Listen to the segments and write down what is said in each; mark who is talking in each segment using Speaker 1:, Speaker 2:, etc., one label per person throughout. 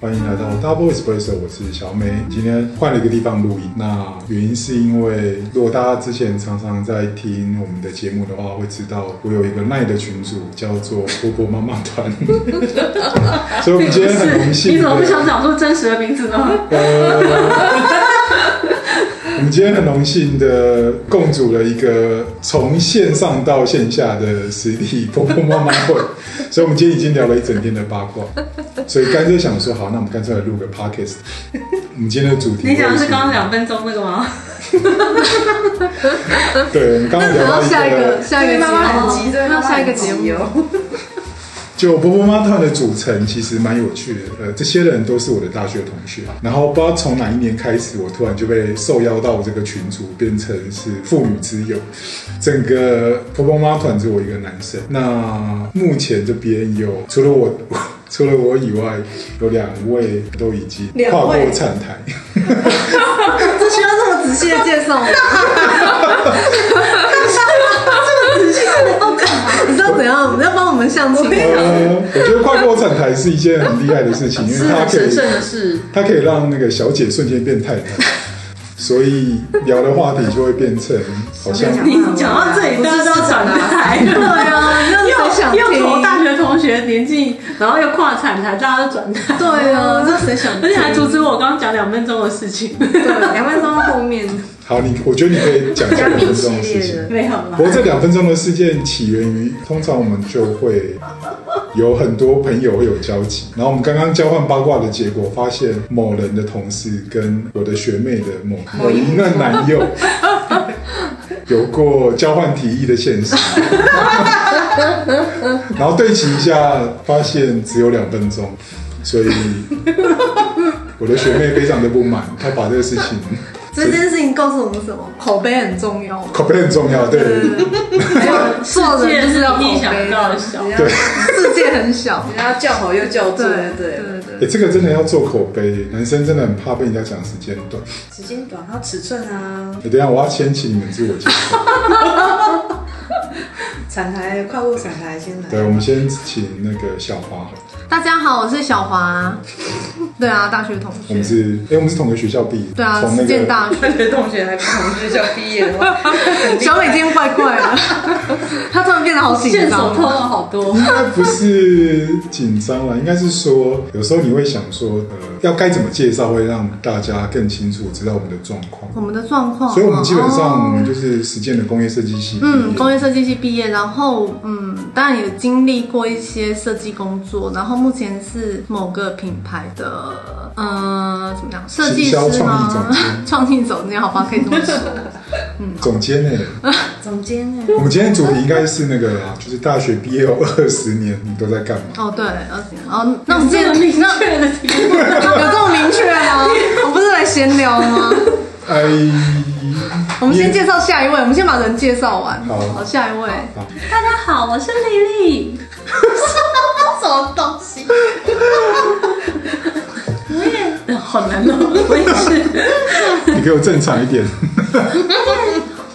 Speaker 1: 欢迎来到 Double Espresso，我是小美。今天换了一个地方录音，那原因是因为如果大家之前常常在听我们的节目的话，会知道我有一个奈的群组叫做婆婆妈妈 团，所以我们今天很荣幸。
Speaker 2: 你怎么不想讲出真实的名字呢？
Speaker 1: 我们今天很荣幸的共组了一个从线上到线下的实体 婆婆妈妈会，所以我们今天已经聊了一整天的八卦，所以干脆想说，好，那我们干脆来录个 podcast。我们今天的主题会，
Speaker 2: 你讲的是刚刚两分钟那个吗？
Speaker 1: 对，我们刚刚聊到一
Speaker 3: 呃
Speaker 1: 个，
Speaker 4: 下一个
Speaker 3: 妈妈很急，
Speaker 4: 对，
Speaker 3: 对，
Speaker 4: 那下一个节目
Speaker 2: 哦
Speaker 3: 目。哦
Speaker 1: 就婆婆妈团的组成其实蛮有趣的。呃，这些人都是我的大学同学，然后不知道从哪一年开始，我突然就被受邀到我这个群组，变成是妇女之友。整个婆婆妈团只有我一个男生。那目前这边有除了我。 除了我以外，有两位都已经
Speaker 3: 两
Speaker 1: 跨过
Speaker 3: 位
Speaker 1: 产台，
Speaker 3: 这需要这么仔细的介 绍吗？你知道怎样？你要帮我们相亲吗？
Speaker 1: 呃，我觉得跨过产台是一件很厉害的事情，因为
Speaker 2: 是
Speaker 1: 它
Speaker 2: 很
Speaker 1: 可
Speaker 2: 神
Speaker 1: 以
Speaker 2: 圣的事。
Speaker 1: 它可以让那个小姐瞬间变太 太，所以聊的话题就会变成好像
Speaker 4: 小姐
Speaker 2: 你讲到这里，大家都转 台。
Speaker 3: 对啊，你知道谁想
Speaker 2: 又又从
Speaker 3: 听？
Speaker 2: 大学同学年纪，然后又跨产台，大家都转台，
Speaker 3: 对啊，这谁想
Speaker 2: 而
Speaker 3: 听？
Speaker 2: 且还阻止我刚刚讲两分钟的事情，
Speaker 4: 对，
Speaker 3: 啊
Speaker 4: 两分钟到后面，
Speaker 1: 好，你我觉得你可以讲一下两分钟的事情。
Speaker 2: 没有啦
Speaker 1: 不。过这两分钟的事件起源于，通常我们就会有很多朋友会有交集，然后我们刚刚交换八卦的结果，发现某人的同事跟我的学妹的某某一任男友有过交换提议的现实，然后对齐一下，发现只有两分钟，所以我的学妹非常的不满，她把这个事情
Speaker 3: 所以这件事情告诉我们什么？口碑很重要。
Speaker 1: 口碑很重要，对。
Speaker 3: 还有做人就是要口
Speaker 2: 世界是你意想
Speaker 3: 碑啊
Speaker 2: 到的小，
Speaker 3: 对，世界很小。
Speaker 4: 人家叫好又叫座，
Speaker 3: 对对
Speaker 4: 对，
Speaker 1: 哎、
Speaker 3: 对，
Speaker 1: 这个真的要做口碑，男生真的很怕被人家讲时间短。
Speaker 4: 时间短，还有尺寸啊，
Speaker 1: 哎、等一下我要先请你们自我介 绍。
Speaker 4: 产台跨过产台先 来。
Speaker 1: 对，我们先请那个小花，
Speaker 3: 大家好，我是小华。对啊，大学同
Speaker 1: 我们
Speaker 3: 学。
Speaker 1: 是哎、我们是同个学校毕业，
Speaker 3: 对啊，
Speaker 1: 从那
Speaker 3: 实践
Speaker 1: 个
Speaker 3: 大学。
Speaker 4: 大学同学还不同学校毕业的话，
Speaker 3: 小美今天怪 怪的，她突然变得好紧
Speaker 2: 线索
Speaker 3: 张啊
Speaker 2: 透。露好 多，
Speaker 1: 应该不是紧张了，应该是说有时候你会想说，呃，要该怎么介绍会让大家更清楚知道我们的状况。
Speaker 3: 我们的状况，啊
Speaker 1: 所以，我们基本上我
Speaker 3: 哦
Speaker 1: 们就是实践的工业设计系毕业。
Speaker 3: 嗯，工业设计系毕业，然后嗯，当然也经历过一些设计工作，然后目前是某个品牌的呃怎么样设计
Speaker 1: 行销
Speaker 3: 师
Speaker 1: 创意总
Speaker 3: 吗
Speaker 1: 监？
Speaker 3: 创意总监，好吧，可以这么说。
Speaker 1: 总监呢、
Speaker 4: 总监呢？
Speaker 1: 我们今天主题应该是那个啊，就是大学毕业后二十年你都在干嘛？
Speaker 3: 哦，对，二十年，哦，那我们今
Speaker 2: 这
Speaker 3: 天
Speaker 2: 个明确的题目，
Speaker 3: 有这么明确吗？我不是来闲聊吗？
Speaker 1: 哎，
Speaker 3: 我们先介绍下一位，我们先把人介绍完。
Speaker 1: 好
Speaker 3: 下一位，
Speaker 2: 大家好，我是丽丽，
Speaker 3: 什么东西？
Speaker 2: 我也好难哦，我也是。
Speaker 1: 你给我正常一点。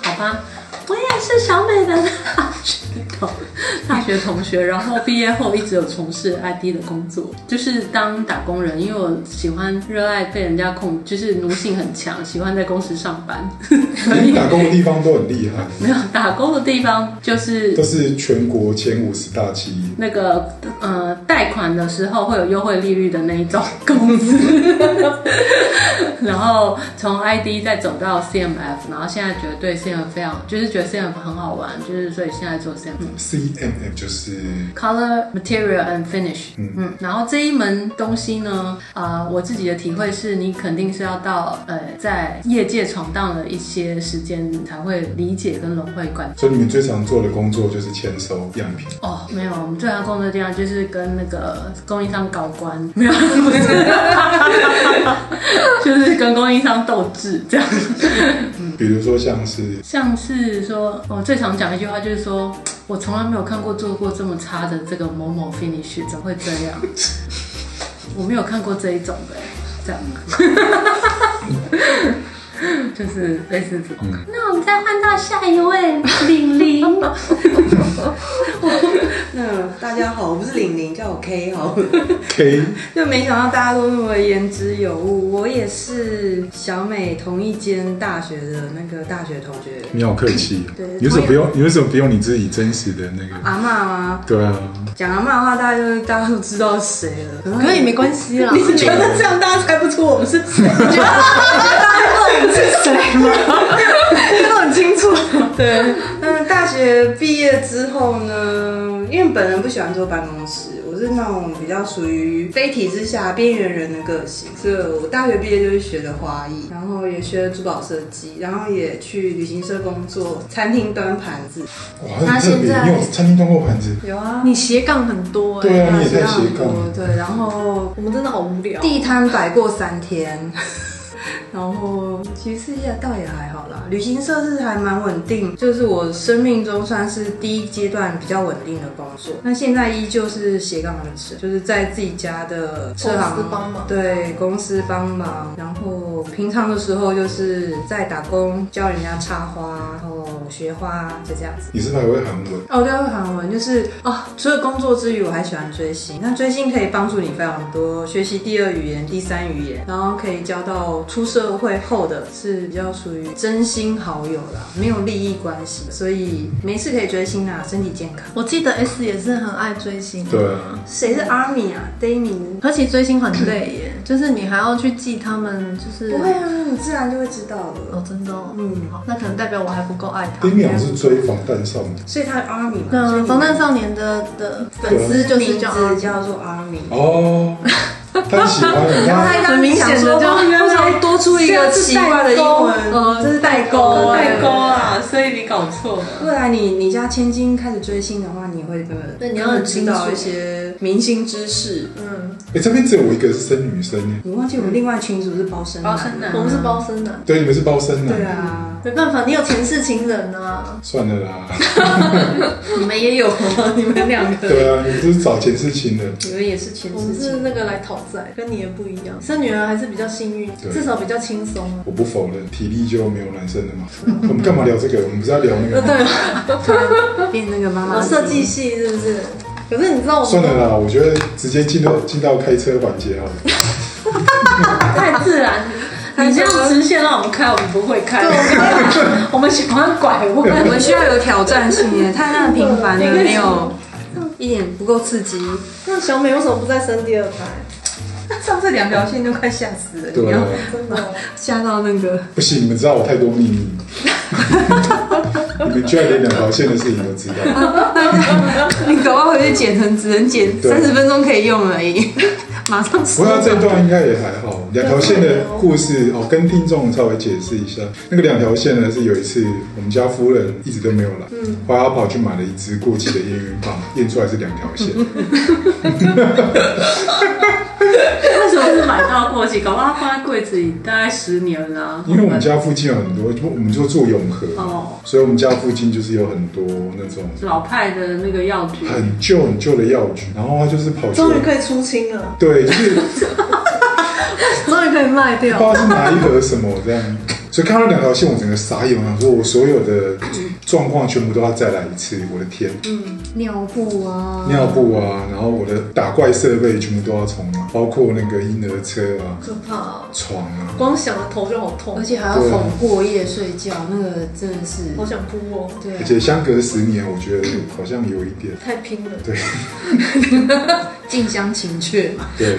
Speaker 2: 好吧，我也是小美的大学同大学同学，然后毕业后一直有从事 ID 的工作，就是当打工人，因为我喜欢热爱被人家控，就是奴性很强，喜欢在公司上班， 所
Speaker 1: 你
Speaker 2: 以
Speaker 1: 打工的地方都很厉害，
Speaker 2: 没有打工的地方就是
Speaker 1: 都是全国前五十大企业。
Speaker 2: 那个呃贷款的时候会有优惠利率的那一种公司， 然后从 ID 再走到 CMF，然后现在觉得对 CMF 非常，就是觉得 CMF 很好玩，就是所以现在做 CMF。
Speaker 1: CMF 就是，
Speaker 2: Color, material and finish。嗯然后这一门东西呢，呃，我自己的体会是，你肯定是要到呃，在业界闯荡了一些时间，你才会理解跟融会贯通。
Speaker 1: 所以你们最常做的工作就是签收样品。
Speaker 2: 哦，没有，我们最常工作的地方就是跟那个供应商搞关，没有，不是， 就是跟供应商斗智这样。
Speaker 1: 比如说像是，
Speaker 2: 像是说，我最常讲一句话就是说，我从来没有看过做过这么差的这个某某 finish，怎么会这样？ 我没有看过这一种的，这样。 就是类似这种。
Speaker 1: 嗯
Speaker 3: 那我们再换到下一位玲玲，
Speaker 5: 那大家好，我不是玲玲，叫我 K 好了。
Speaker 1: K
Speaker 5: 就没想到大家都那么言之有物。我也是小美同一间大学的那个大学同学，
Speaker 1: 你好客气
Speaker 5: 对，
Speaker 1: 你为什么不用？你为什么不用你自己真实的那个？
Speaker 5: 阿嬷吗？
Speaker 1: 对啊，
Speaker 5: 讲阿嬷的话，大家就大家都知道是谁了。
Speaker 3: 可是也没关系啦。
Speaker 5: 你觉得这样大家猜不出我 们是谁？你觉得大家知道我们是谁吗？都很清楚。 对，嗯，大学毕业之后呢，因为本人不喜欢坐办公室，我是那种比较属于非体制下边缘人的个性，所以我大学毕业就是学的花艺，然后也学了珠宝设计，然后也去旅行社工作，餐厅端盘子。
Speaker 1: 哇，很特别
Speaker 5: 那现。在
Speaker 1: 你有餐厅端过盘子？
Speaker 5: 有啊，
Speaker 3: 你斜杠很多哎、
Speaker 1: 对啊，你也在
Speaker 5: 知道
Speaker 1: 斜
Speaker 5: 很
Speaker 1: 杠。
Speaker 5: 多对，然后
Speaker 3: 我们真的好无聊。
Speaker 5: 地摊摆过三天， 然后其实也倒也还好啦。旅行社是还蛮稳定，就是我生命中算是第一阶段比较稳定的工作。那现在依旧是斜杠人生，就是在自己家的车行
Speaker 3: 公司帮忙
Speaker 5: 对公司帮忙。然后平常的时候就是在打工，教人家插花，然后学花，就这样子。
Speaker 1: 你是不是还会韩文？
Speaker 5: 哦，对，会韩文就是哦，除了工作之余，我还喜欢追星。那追星可以帮助你非常多，学习第二语言、第三语言，然后可以交到出社会后的是比较属于真心好友啦，没有利益关系，所以没事可以追星啦，身体健康。
Speaker 3: 我记得 S 也是很爱追星，
Speaker 1: 对啊，
Speaker 5: 谁是 Army 啊？Dami？
Speaker 3: 而且追星很累耶，就是你还要去记他们，就是
Speaker 5: 不会啊，你自然就会知道了。
Speaker 3: 哦，真的、哦，
Speaker 5: 嗯
Speaker 3: 好，那可能代表我还不够爱他
Speaker 1: 丁。淼是追防弹少年。
Speaker 5: 所以他是 Army 嘛，
Speaker 3: 对
Speaker 5: 所以
Speaker 3: 啊，
Speaker 5: 你
Speaker 3: 防弹少年的的粉丝就是
Speaker 5: 名
Speaker 3: 这样
Speaker 5: 字叫做 Army。
Speaker 1: 哦，他喜欢 你，他
Speaker 5: 很明显的就
Speaker 3: 不
Speaker 5: 来多出一个奇怪的英文，
Speaker 3: 呃
Speaker 5: 这是代沟哎
Speaker 2: 代沟啊，所以你搞错了。
Speaker 5: 不然你你家千金开始追星的话，你会跟
Speaker 3: 对你要很
Speaker 5: 知
Speaker 3: 清楚
Speaker 5: 道一些明星知识。
Speaker 3: 嗯，
Speaker 1: 哎，这边只有我一个是生女生耶。
Speaker 5: 你忘记我们另外群组是包生男
Speaker 2: 包生男
Speaker 3: 啊我们是包身的，
Speaker 1: 对，你们是包生
Speaker 5: 对
Speaker 1: 男。
Speaker 5: 啊，
Speaker 3: 没办法，你有前世情人啊。
Speaker 1: 算了啦，
Speaker 5: 你们也有吗？ 你们两个，
Speaker 1: 对啊，你们都是找前世情人。
Speaker 5: 你们也是前
Speaker 3: 我
Speaker 5: 世
Speaker 3: 们是
Speaker 5: 情。
Speaker 3: 那个来讨债，跟你也不一样。生女儿还是比较幸运，
Speaker 1: 对
Speaker 3: 至少比较轻松啊。
Speaker 1: 我不否认，体力就没有男生 的嘛。我们干嘛聊这个？我们不是要聊那个 吗？
Speaker 3: 对，
Speaker 5: 变那个妈妈
Speaker 3: 我设计系是不是？可是你知道我
Speaker 1: 算了
Speaker 3: 们
Speaker 1: 啦，我觉得直接进到进到开车环节好了。
Speaker 2: 太自然，你这样直线让我们开，我们不会开。 我们喜欢拐
Speaker 5: 我
Speaker 2: 弯。
Speaker 5: 们需要有挑战性耶，太那平凡了，没有一点不够刺激。
Speaker 3: 那小美为什么不再生第二胎？
Speaker 5: 上次两条线都快吓死了，你
Speaker 1: 对啊
Speaker 5: 要，
Speaker 3: 真 的，哦
Speaker 5: 吓到那个。
Speaker 1: 不行，你们知道我太多秘 密。你们居然连两条线的事情都知道，
Speaker 5: 你搞不好回去剪成只能剪
Speaker 1: 对
Speaker 5: 三十分钟可以用而已， 马上
Speaker 1: 不
Speaker 5: 收
Speaker 1: 过
Speaker 5: 档。
Speaker 1: 这段应该也还好。两条线的故事哦，跟听众稍微解释一下。那个两条线呢，是有一次我们家夫人一直都没有来，后来她跑去买了一只过期的验孕棒，验出来是两条线。
Speaker 2: 为什么是买到过期？搞不好它放在柜子里大概十年啦。
Speaker 1: 因为我们家附近有很多，就我们就住永和，
Speaker 2: 哦
Speaker 1: 所以我们家附近就是有很多那种
Speaker 2: 老派的那个药局，
Speaker 1: 很旧很旧的药局，然后他就是跑去，
Speaker 3: 终于可以出清了，
Speaker 1: 对，就是
Speaker 3: 终于可以卖
Speaker 1: 不
Speaker 3: 掉
Speaker 1: 知。道是哪一盒什么这 样。所以看到两条线，我整个傻眼，我想说我所有的状况全部都要再来一次，我的天，
Speaker 3: 嗯
Speaker 5: 尿布啊，
Speaker 1: 尿布啊，然后我的打怪设备全部都要重买，包括那个婴儿车啊、
Speaker 3: 可怕哦，
Speaker 1: 床啊，
Speaker 3: 光想着头就好痛
Speaker 5: 而，且还要哄过夜睡觉，那个真的是，
Speaker 3: 好想哭哦，
Speaker 5: 对
Speaker 1: 而
Speaker 5: 啊，
Speaker 1: 且相隔十年，我觉得好像有一点。
Speaker 3: 太拼了。
Speaker 1: 对
Speaker 5: 近乡情怯 嘛。
Speaker 1: 对，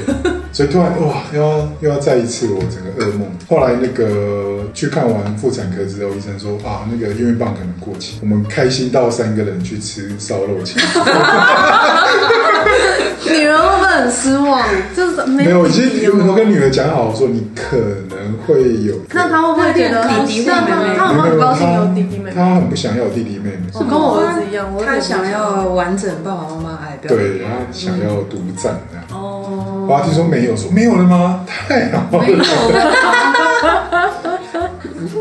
Speaker 1: 所以突然哇，又要又要再一次我整个噩梦。后来那个去看完妇产科之后，医生说啊，那个验孕棒可能过期。我们开心到三个人去吃烧肉钱，
Speaker 3: 女儿会不会很失望？就是 没
Speaker 1: 没有，
Speaker 3: 有
Speaker 1: 已
Speaker 3: 弟
Speaker 1: 经
Speaker 3: 弟
Speaker 1: 我
Speaker 3: 哦。
Speaker 1: 跟女儿讲好说，你可能会有。
Speaker 3: 那她会不会觉得
Speaker 2: 那弟
Speaker 5: 弟
Speaker 3: 那她
Speaker 5: 妹妹
Speaker 3: 她有没有很高兴有弟弟妹妹？
Speaker 1: 她很不想要有弟弟妹妹，
Speaker 3: 我跟我儿子一样，我
Speaker 5: 他
Speaker 3: 也是
Speaker 5: 想要完整爸爸妈妈爱，不要
Speaker 1: 对，她想要独占这样。
Speaker 2: 哦，
Speaker 1: 我听说没有，说没有了吗？太好了。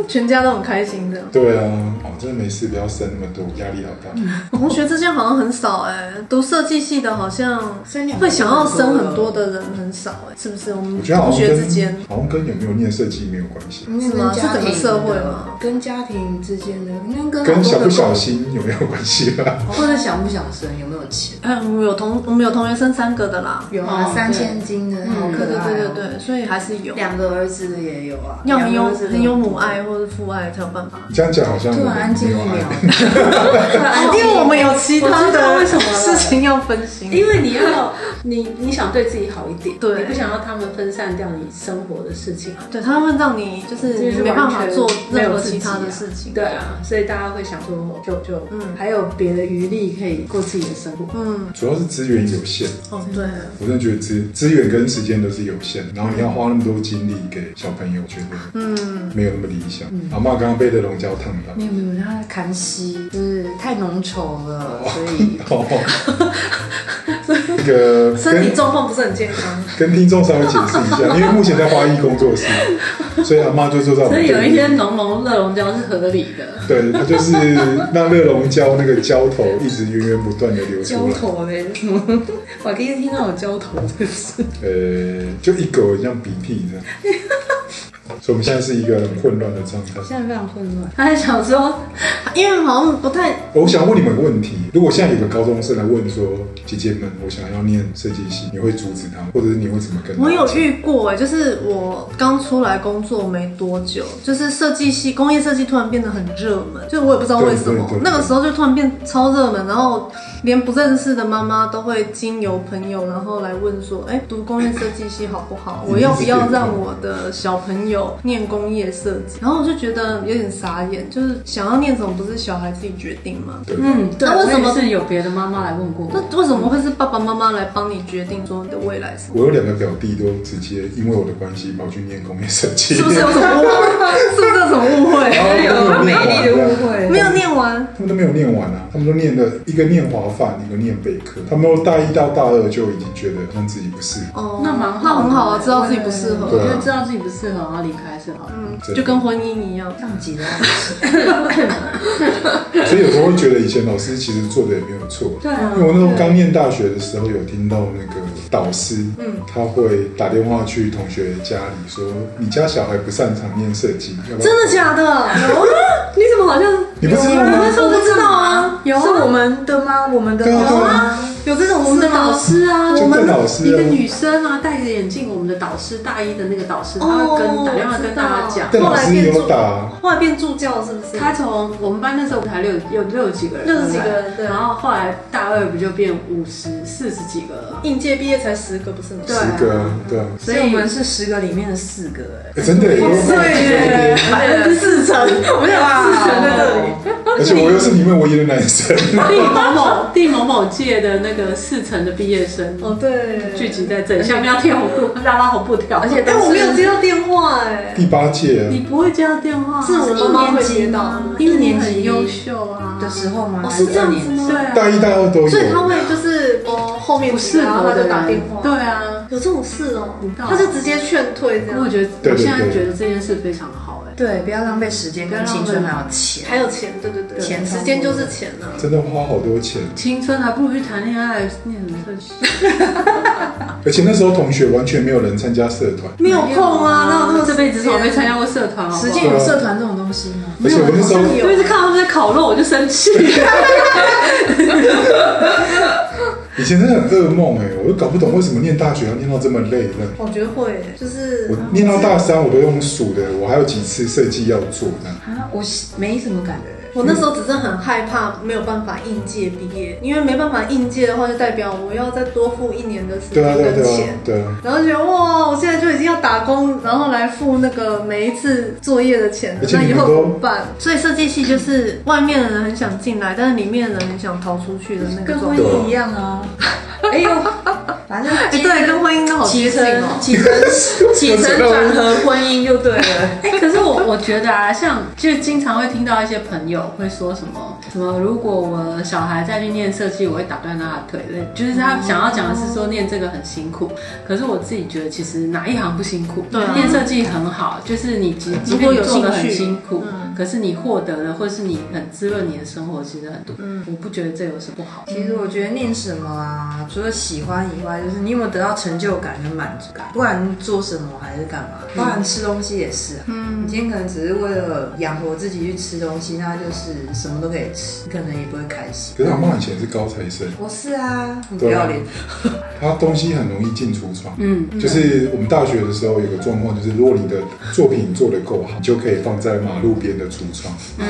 Speaker 3: 全家都很开心的。
Speaker 1: 对啊，哦，真的没事，不要生那么多，压力好大。
Speaker 3: 同学之间好像很少哎、读设计系的好像
Speaker 4: 生两个
Speaker 3: 会想要生很多的人很少哎、是不是？我们
Speaker 1: 我觉得好
Speaker 3: 同
Speaker 1: 像
Speaker 3: 学
Speaker 1: 跟
Speaker 3: 之间
Speaker 1: 好像跟有没有念设计没有关系，
Speaker 3: 是吗？是
Speaker 4: 家
Speaker 3: 整个
Speaker 4: 庭
Speaker 3: 社会吗？
Speaker 4: 跟家庭之间的，应
Speaker 5: 嗯
Speaker 4: 该跟
Speaker 1: 跟小不小
Speaker 4: 心，
Speaker 1: 心有没有关系啊啦？
Speaker 4: 或者想不想生，有没有钱，
Speaker 3: 哎，我们有同我们有同学生三个的啦，
Speaker 4: 有啊，
Speaker 2: 哦
Speaker 4: 三千金的，好
Speaker 3: 对
Speaker 4: 可
Speaker 3: 对
Speaker 4: 爱
Speaker 3: 对
Speaker 4: 哦
Speaker 3: 对对，所以还是有，
Speaker 4: 两个儿子的也有啊，
Speaker 3: 要很
Speaker 4: 两个
Speaker 3: 有
Speaker 4: 儿子的
Speaker 3: 很有母爱或是父爱才有办法。
Speaker 1: 你这样讲好像
Speaker 4: 突
Speaker 1: 我
Speaker 4: 然安
Speaker 1: 们
Speaker 4: 静
Speaker 1: 没
Speaker 4: 一
Speaker 1: 有啊
Speaker 4: 秒
Speaker 1: 爱。，
Speaker 4: 突然安静
Speaker 3: 因为哦我们有其他
Speaker 2: 我知道
Speaker 3: 的
Speaker 2: 为什么了
Speaker 3: 事情要分心。
Speaker 2: 因为你要你你想对自己好一点，
Speaker 3: 对
Speaker 2: 你不想要他们分散掉你生活的事情，啊
Speaker 3: 对，他会让你就是
Speaker 2: 就是
Speaker 3: 你没办法
Speaker 2: 完全
Speaker 3: 做
Speaker 2: 嗯没
Speaker 3: 任
Speaker 2: 有
Speaker 3: 何
Speaker 2: 自
Speaker 3: 其
Speaker 2: 己
Speaker 3: 他的
Speaker 2: 啊
Speaker 3: 事情。
Speaker 2: 对啊，所以大家会想说就就
Speaker 3: 嗯
Speaker 2: 嗯，还有别的余力可以过自己的生活。
Speaker 3: 嗯，
Speaker 1: 主要是资源有限，
Speaker 3: 哦对，
Speaker 1: 我真的觉得资资源跟时间都是有限的，然后你要花那么多精力给小朋友，觉得嗯没有那么理想。阿妈刚刚被热熔胶烫到，
Speaker 5: 嗯
Speaker 4: 没有没有，他砍息就是太浓稠了，所 以
Speaker 1: 哦，那个
Speaker 3: 身体
Speaker 1: 跟
Speaker 3: 状况不是很健康。
Speaker 1: 跟听众稍微解释一下，因为目前在花艺工作室，所以阿妈就坐在我
Speaker 2: 所
Speaker 1: 们
Speaker 2: 以有
Speaker 1: 对
Speaker 2: 一些
Speaker 1: 面。
Speaker 2: 浓浓热熔胶是合理的，
Speaker 1: 对，它就是让热熔胶那个胶头一直源源不断的流出
Speaker 4: 焦
Speaker 1: 来，
Speaker 4: 头 嘞，什么？我第一次听到有焦头这个事，
Speaker 1: 呃，就一狗像鼻涕这样，所以我们现在是一个很混乱的状态。呃
Speaker 4: 现在非常混乱。
Speaker 2: 他在想说
Speaker 3: 因为好像不太
Speaker 1: 我想问你们个问题：如果现在有个高中生来问说，姐姐们，我想要念设计系，你会阻止他吗，或者是你会怎么跟他讲？
Speaker 3: 我有遇过哎、就是我刚出来工作没多久，就是设计系工业设计突然变得很热门，就是我也不知道为什么
Speaker 1: 对对对，
Speaker 3: 那个时候就突然变超热门，然后连不认识的妈妈都会经由朋友，然后来问说，哎、读工业设计系好不好？我要不
Speaker 1: 嗯
Speaker 3: 要让我的小朋友念工业设计？然后我就觉得有点傻眼，就是想要念什么不是小孩自己决定吗？
Speaker 1: 对，
Speaker 2: 嗯，对，
Speaker 3: 那为
Speaker 2: 我
Speaker 3: 什么
Speaker 2: 也是有别的妈妈来问过我？
Speaker 3: 那为什么会是爸爸妈妈来帮你决定说你的未来是什么？
Speaker 1: 我有两个表弟都直接因为我的关系跑去念工业设计，哦
Speaker 3: 是不 是有什么误？ 是不是有什么误会？
Speaker 4: 啊
Speaker 1: 有啊美丽的误会。
Speaker 3: 没有念完，
Speaker 1: 他们都没有念完啊，他们都念了一个念华范，一个念北科，他们都大一到大二就已经觉得好像自己不适合，
Speaker 3: 哦
Speaker 2: 那蛮好的
Speaker 3: 那很好啊，知道自己不适合，
Speaker 1: 对啊
Speaker 2: 因为知道自己不适合，然后离开是好的。
Speaker 3: 嗯
Speaker 1: 真的
Speaker 3: 就跟婚姻一样。
Speaker 4: 上集的
Speaker 1: 所以有时候会觉得以前老师其实做的也没有错。
Speaker 4: 对啊
Speaker 1: 因为我那时候刚念大学的时候，有听到那个导师，嗯，他会打电话去同学家里说：“你家小孩不擅长念设计，要不要
Speaker 3: 真的假的？你怎么好像
Speaker 1: 你不知道
Speaker 3: 我
Speaker 1: 吗
Speaker 3: 那时候不知道啊，
Speaker 4: 有是我们的吗？我们的
Speaker 1: 对啊
Speaker 4: 吗
Speaker 1: 对啊
Speaker 3: 有这种
Speaker 2: 我们
Speaker 3: 事
Speaker 2: 的老
Speaker 3: 吗？
Speaker 2: 师啊，
Speaker 1: 就
Speaker 2: 我
Speaker 1: 在
Speaker 2: 们
Speaker 1: 老师啊
Speaker 2: 一个女生啊，戴着眼镜，我们的导师大一的那个导
Speaker 3: 哦
Speaker 2: 师，他会跟打电话跟大家讲。
Speaker 1: 但
Speaker 3: 后
Speaker 1: 老
Speaker 3: 来
Speaker 1: 师也
Speaker 3: 变
Speaker 1: 有
Speaker 3: 助
Speaker 1: 打，
Speaker 3: 后来变助教是不是？
Speaker 2: 他从我们班那时候才六有六十几个人，
Speaker 3: 六十几个人
Speaker 2: 对不
Speaker 3: 对
Speaker 2: 然后后来大二不就变五十四十几个 了？
Speaker 3: 应届毕业才十个，不是吗？
Speaker 2: 对
Speaker 1: 十个啊，对啊，
Speaker 4: 所
Speaker 2: 所
Speaker 4: 以我
Speaker 2: 以
Speaker 4: 们是十个里面的四个哎。
Speaker 1: 欸真的耶，有可能是这样子
Speaker 3: 百分之四成，我们
Speaker 4: 哇哦
Speaker 3: 有四成在这里。
Speaker 1: 而且我又是你们唯一的男生，
Speaker 2: 地某某地某某届的那个四成的毕业生
Speaker 3: 哦，对，
Speaker 2: 聚集在这里，下面要跳红布，拉拉红布条。
Speaker 4: 而且
Speaker 3: 哎，我没有接到电话哎，
Speaker 1: 第八届啊，
Speaker 2: 你不会接到电话，啊
Speaker 3: 是我妈妈会接到，
Speaker 2: 因为你很优秀啊。
Speaker 4: 的时候吗？
Speaker 3: 哦是这样子
Speaker 4: 还
Speaker 3: 吗？
Speaker 2: 对啊，
Speaker 1: 大一、大二都有。
Speaker 3: 所以他会就是哦后面
Speaker 2: 不适
Speaker 3: 然后
Speaker 2: 合
Speaker 3: 他
Speaker 2: 的
Speaker 3: 就
Speaker 2: 人
Speaker 3: 打电话，
Speaker 2: 对，啊，
Speaker 3: 有这种事哦
Speaker 2: 知，道
Speaker 3: 他就直接劝退这
Speaker 2: 我
Speaker 3: 样，
Speaker 2: 觉得
Speaker 1: 对对
Speaker 2: 啊我现在
Speaker 1: 对
Speaker 2: 觉得这件事非常好
Speaker 4: 二年？
Speaker 2: 哎。
Speaker 4: 对，不要浪费时间跟青春还有钱。
Speaker 3: 还有钱，对对对，
Speaker 4: 钱
Speaker 3: 时间就是钱啊。
Speaker 1: 真的花好多钱，
Speaker 2: 青春还不如去谈恋爱，念什么设计？
Speaker 1: 而且那时候同学完全没有人参加社团，
Speaker 3: 没有空啊，那我
Speaker 2: 这辈子从来没参加过社团，好不好
Speaker 4: 实践有社团这种东西吗？
Speaker 1: 而且我那时候
Speaker 3: 没有
Speaker 2: 因
Speaker 3: 啊
Speaker 2: 为是看他们在烤肉，我就生气。
Speaker 1: 以前真的很噩梦哎、我都搞不懂为什么念大学要念到这么累这样
Speaker 3: 我觉得会耶，就是
Speaker 1: 我念到大三我都用数的，我还有几次设计要做这样。
Speaker 4: 啊，我没什么感觉。
Speaker 3: 我那时候只是很害怕没有办法应届毕业，因为没办法应届的话，就代表我要再多付一年的时
Speaker 1: 对啊
Speaker 3: 间
Speaker 1: 对啊
Speaker 3: 跟
Speaker 1: 对
Speaker 3: 钱
Speaker 1: 啊。对啊，
Speaker 3: 然后就觉得哇，我现在就已经要打工，然后来付那个每一次作业的钱了
Speaker 1: 而，且
Speaker 3: 那
Speaker 1: 你
Speaker 3: 以
Speaker 1: 们
Speaker 3: 后
Speaker 1: 都
Speaker 3: 怎么办？所以设计系就是外面的人很想进来，但是里面的人很想逃出去的那个
Speaker 4: 跟
Speaker 3: 状
Speaker 4: 婚
Speaker 3: 态。
Speaker 4: 姻一样啊。哎呦， 反正
Speaker 3: 哎，对，跟婚姻都好
Speaker 4: 起
Speaker 3: 接近
Speaker 4: 承
Speaker 3: 哦。
Speaker 4: 起承起承转合婚姻就对了。
Speaker 2: 哎、 可是我我觉得啊，像就经常会听到一些朋友会说什么什么，如果我小孩再去念设计，我会打断他的腿类，就是他想要讲的是说念这个很辛苦。可是我自己觉得，其实哪一行不辛苦？
Speaker 3: 对啊
Speaker 2: 念设计很好，就是你即即
Speaker 3: 如果
Speaker 2: 便
Speaker 3: 有
Speaker 2: 做的
Speaker 3: 兴
Speaker 2: 很
Speaker 3: 趣嗯
Speaker 2: 辛苦，可是你获得的，或是你很滋润你的生活，其实很多。嗯，我不觉得这有什么不好。
Speaker 5: 其实我觉得念什么啊，除了喜欢以外，就是你有没有得到成就感跟满足感，不管做什么还是干嘛，包含吃东西也是、啊。嗯，你今天可能只是为了养活自己去吃东西，那就是什么都可以吃，你可能也不会开心。
Speaker 1: 可是阿妈以前是高材生，
Speaker 5: 我是啊，很不要脸。
Speaker 1: 她东西很容易进橱窗。嗯，就是我们大学的时候有个状况，就是如果你的作品做得够好，你就可以放在马路边的橱窗，嗯，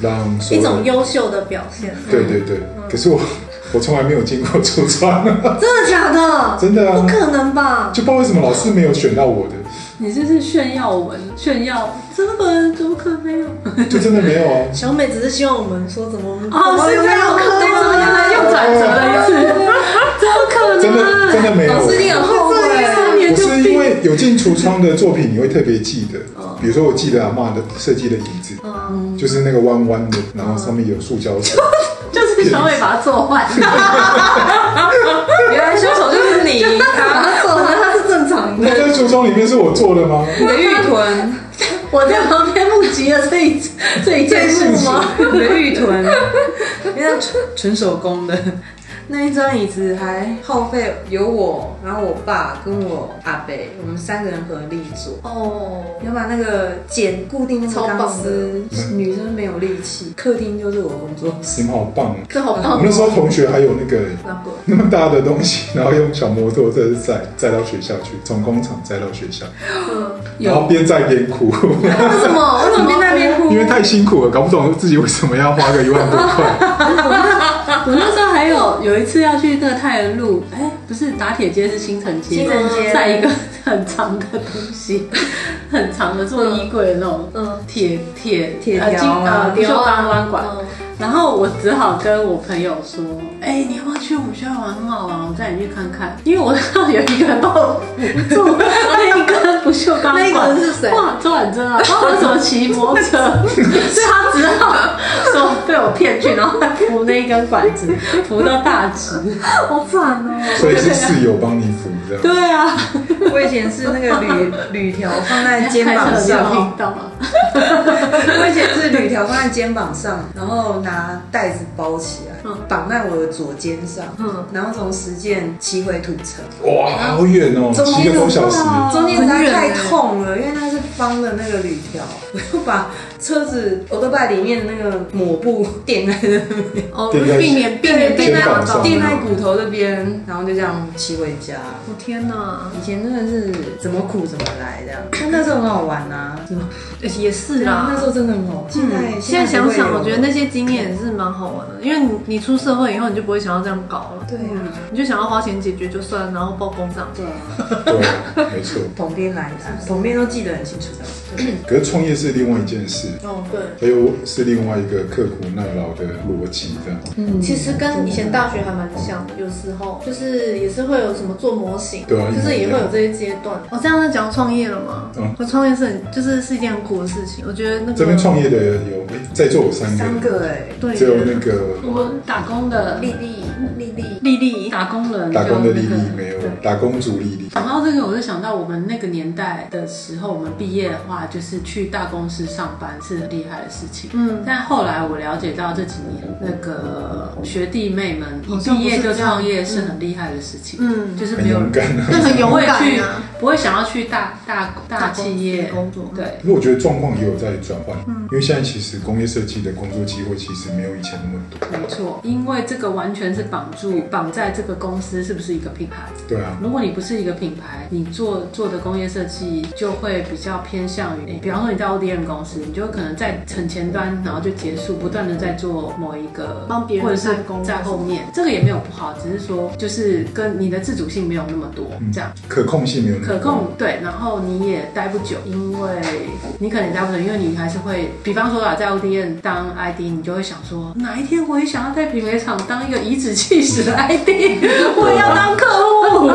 Speaker 1: 让所
Speaker 3: 一
Speaker 1: 有
Speaker 3: 种嗯
Speaker 1: 人
Speaker 3: 优秀的表现。
Speaker 1: 对对对。可是我 我从来没有进过橱窗，
Speaker 3: 真的假的？
Speaker 1: 真的啊
Speaker 3: 不可能吧？
Speaker 1: 就不知道为什么老师没有选到我的，
Speaker 2: 你这是炫耀文，炫耀这个怎么可能没有？
Speaker 1: 就真的没有啊。
Speaker 3: 小美只是希望我们说怎么
Speaker 2: 哦，是这样，
Speaker 3: 可
Speaker 2: 对，怎么
Speaker 3: 能
Speaker 2: 原来又转折了一次？怎么
Speaker 3: 啊
Speaker 2: 可能？
Speaker 1: 真的真的没有。
Speaker 5: 老师，你很后悔。
Speaker 2: 三年
Speaker 1: 不
Speaker 2: 就是毕
Speaker 1: 因为有进橱窗的作品，你会特别记得。比如说，我记得阿嬷的设计的椅子，
Speaker 3: 嗯
Speaker 1: 就是那个弯弯的，然后上面有塑胶绳。
Speaker 2: 就是小尾巴做坏，啊
Speaker 5: 原来凶手就是 你，他
Speaker 3: 可能她是正常的。
Speaker 1: 那个橱窗里面是我做的吗？
Speaker 5: 你的玉臀，
Speaker 3: 我在旁边目击了这一这一件事情。
Speaker 5: 你的玉臀，你那啊纯纯手工的那一张椅子还耗费有我，然后我爸跟我阿伯，我们三个人合力做。
Speaker 3: 哦，
Speaker 5: 你要把那个剪固定那个
Speaker 3: 超棒的
Speaker 5: 钢丝，女生没有力气。客厅就是我工作室，
Speaker 1: 你们好棒！
Speaker 3: 这好
Speaker 1: 我
Speaker 3: 棒
Speaker 1: 们那时候同学还有那个
Speaker 3: 那个
Speaker 1: 那么大的东西，然后用小摩托车载载到学校去，从工厂载到学校，然后边载边哭，
Speaker 3: 为什么？为什么那边哭？
Speaker 1: 因为太辛苦了，搞不懂自己为什么要花个一万多块。
Speaker 2: 我那时候还有有一次要去那个太原路，哎、不是打铁街是新城街，
Speaker 3: 新城街
Speaker 2: 在一个很长的东西，很长的做衣柜的那种，
Speaker 3: 嗯
Speaker 2: 铁铁
Speaker 5: 铁
Speaker 2: 呃金
Speaker 5: 条啊
Speaker 2: 呃不锈钢弯管。
Speaker 3: 嗯
Speaker 2: 然后我只好跟我朋友说，哎、你要不要去我们学校玩？很好玩，我带你去看看。因为我知道有一个人帮我扶 住那一根不锈钢管，
Speaker 3: 那一个人是谁
Speaker 2: 哇，周婉珍啊，然后我怎么骑摩托 车？所以他只好说被我骗去，然后他扶那一根管子， 扶到大直。
Speaker 3: 好惨哦！
Speaker 1: 所以是室友帮你扶这样。
Speaker 2: 对啊，
Speaker 5: 我以前是那个铝铝条放在肩 膀
Speaker 2: 还是有
Speaker 5: 上
Speaker 2: 听，到啊。
Speaker 5: 我以前是铝条放在肩膀上，然后拿袋子包起来，绑在我的左肩上，
Speaker 3: 嗯
Speaker 5: 然后从实践骑回土城，
Speaker 1: 哇，好远哦，
Speaker 5: 中
Speaker 1: 骑
Speaker 5: 间
Speaker 1: 个多小时。
Speaker 5: 哇中间实
Speaker 3: 很
Speaker 5: 在
Speaker 3: 远
Speaker 5: 太
Speaker 3: 欸
Speaker 5: 痛了，因为它是方的那个铝条， 我就把车子欧多拜里面那个抹布垫在那边，
Speaker 3: 哦，
Speaker 1: 对对
Speaker 3: 避免避免被
Speaker 1: 肩膀
Speaker 3: 打到
Speaker 1: 上。
Speaker 5: 垫在骨头这边，然后就这样骑回家。
Speaker 3: 我天哪！
Speaker 5: 以前真的是怎么苦怎么来这样，但那时候很好玩啊，是吗？
Speaker 3: 也是啦
Speaker 5: 那时。候真的很好玩。现在
Speaker 3: 现在想想，我觉得
Speaker 5: 那
Speaker 3: 那些经验也是蛮好玩的，因为你你出社会以后，你就不会想要这样搞了，
Speaker 5: 对啊，
Speaker 3: 你就想要花钱解决就算了，然后报公账。
Speaker 5: 对啊。
Speaker 1: 对，没错。
Speaker 5: 旁边来的，旁边都记得很清楚的。
Speaker 1: 可是创业是另外一件事，
Speaker 3: 哦，对，
Speaker 1: 还有是另外一个刻苦耐劳的逻辑这样。
Speaker 3: 其实跟以前大学还蛮像的，有时候就是也是会有什么做模型，
Speaker 1: 对啊
Speaker 3: 就是也
Speaker 1: 一模一样
Speaker 3: 会有这些阶段。我哦这样在讲创业了吗？
Speaker 1: 嗯
Speaker 3: 我创业是很就是是一件很苦的事情，我觉得那个
Speaker 1: 这边创业的有诶在座有三个，
Speaker 5: 三个哎，
Speaker 3: 对
Speaker 1: 只有那个
Speaker 2: 我打工的
Speaker 5: 丽丽，丽丽，
Speaker 3: 丽丽，
Speaker 2: 打工人，
Speaker 1: 打工的丽丽
Speaker 2: 就那个
Speaker 1: 没有，打工族丽丽。
Speaker 2: 讲到这个，我就想到我们那个年代的时候，我们毕业的话，就是去大公司上班是很厉害的事情。嗯，但后来我了解到这几年那个学弟妹们一毕业就创业是很厉害的事情。
Speaker 3: 嗯
Speaker 2: 就是
Speaker 1: 很
Speaker 2: 没有
Speaker 1: 勇
Speaker 2: 人
Speaker 1: 敢啊！
Speaker 3: 那 很
Speaker 2: 不
Speaker 3: 勇
Speaker 2: 会
Speaker 3: 敢
Speaker 2: 去
Speaker 3: 啊，，
Speaker 2: 不会想要去大大大
Speaker 3: 公司
Speaker 2: 企业
Speaker 3: 工作
Speaker 2: 对，
Speaker 1: 因为我觉得状况也有在转换，
Speaker 2: 嗯
Speaker 1: 因为现在其实工业设计的工作机会其实没有以前那么多。
Speaker 2: 没错，因为这个完全是绑住绑在这个公司是不是一个品牌。
Speaker 1: 对啊，
Speaker 2: 如果你不是一个品牌，你做做的工业设计就会比较偏向于，诶比方说你在 ODM 公司，你就可能在很前端，然后就结束，不断的在做某一个
Speaker 3: 帮别人
Speaker 2: 或者是
Speaker 3: 代工
Speaker 2: 在后面，这个也没有不好，只是说就是跟你的自主性没有那么多，这样
Speaker 1: 可控性没有那
Speaker 2: 可
Speaker 1: 么
Speaker 2: 控
Speaker 1: 高。
Speaker 2: 对，然后你也待不久，因为你可能待不久，因为你还是会，比方说啊，在 ODM 当 ID，你就会想说，哪一天我也想要在品牌 厂当一个颐指气使的 ID，我要当客户。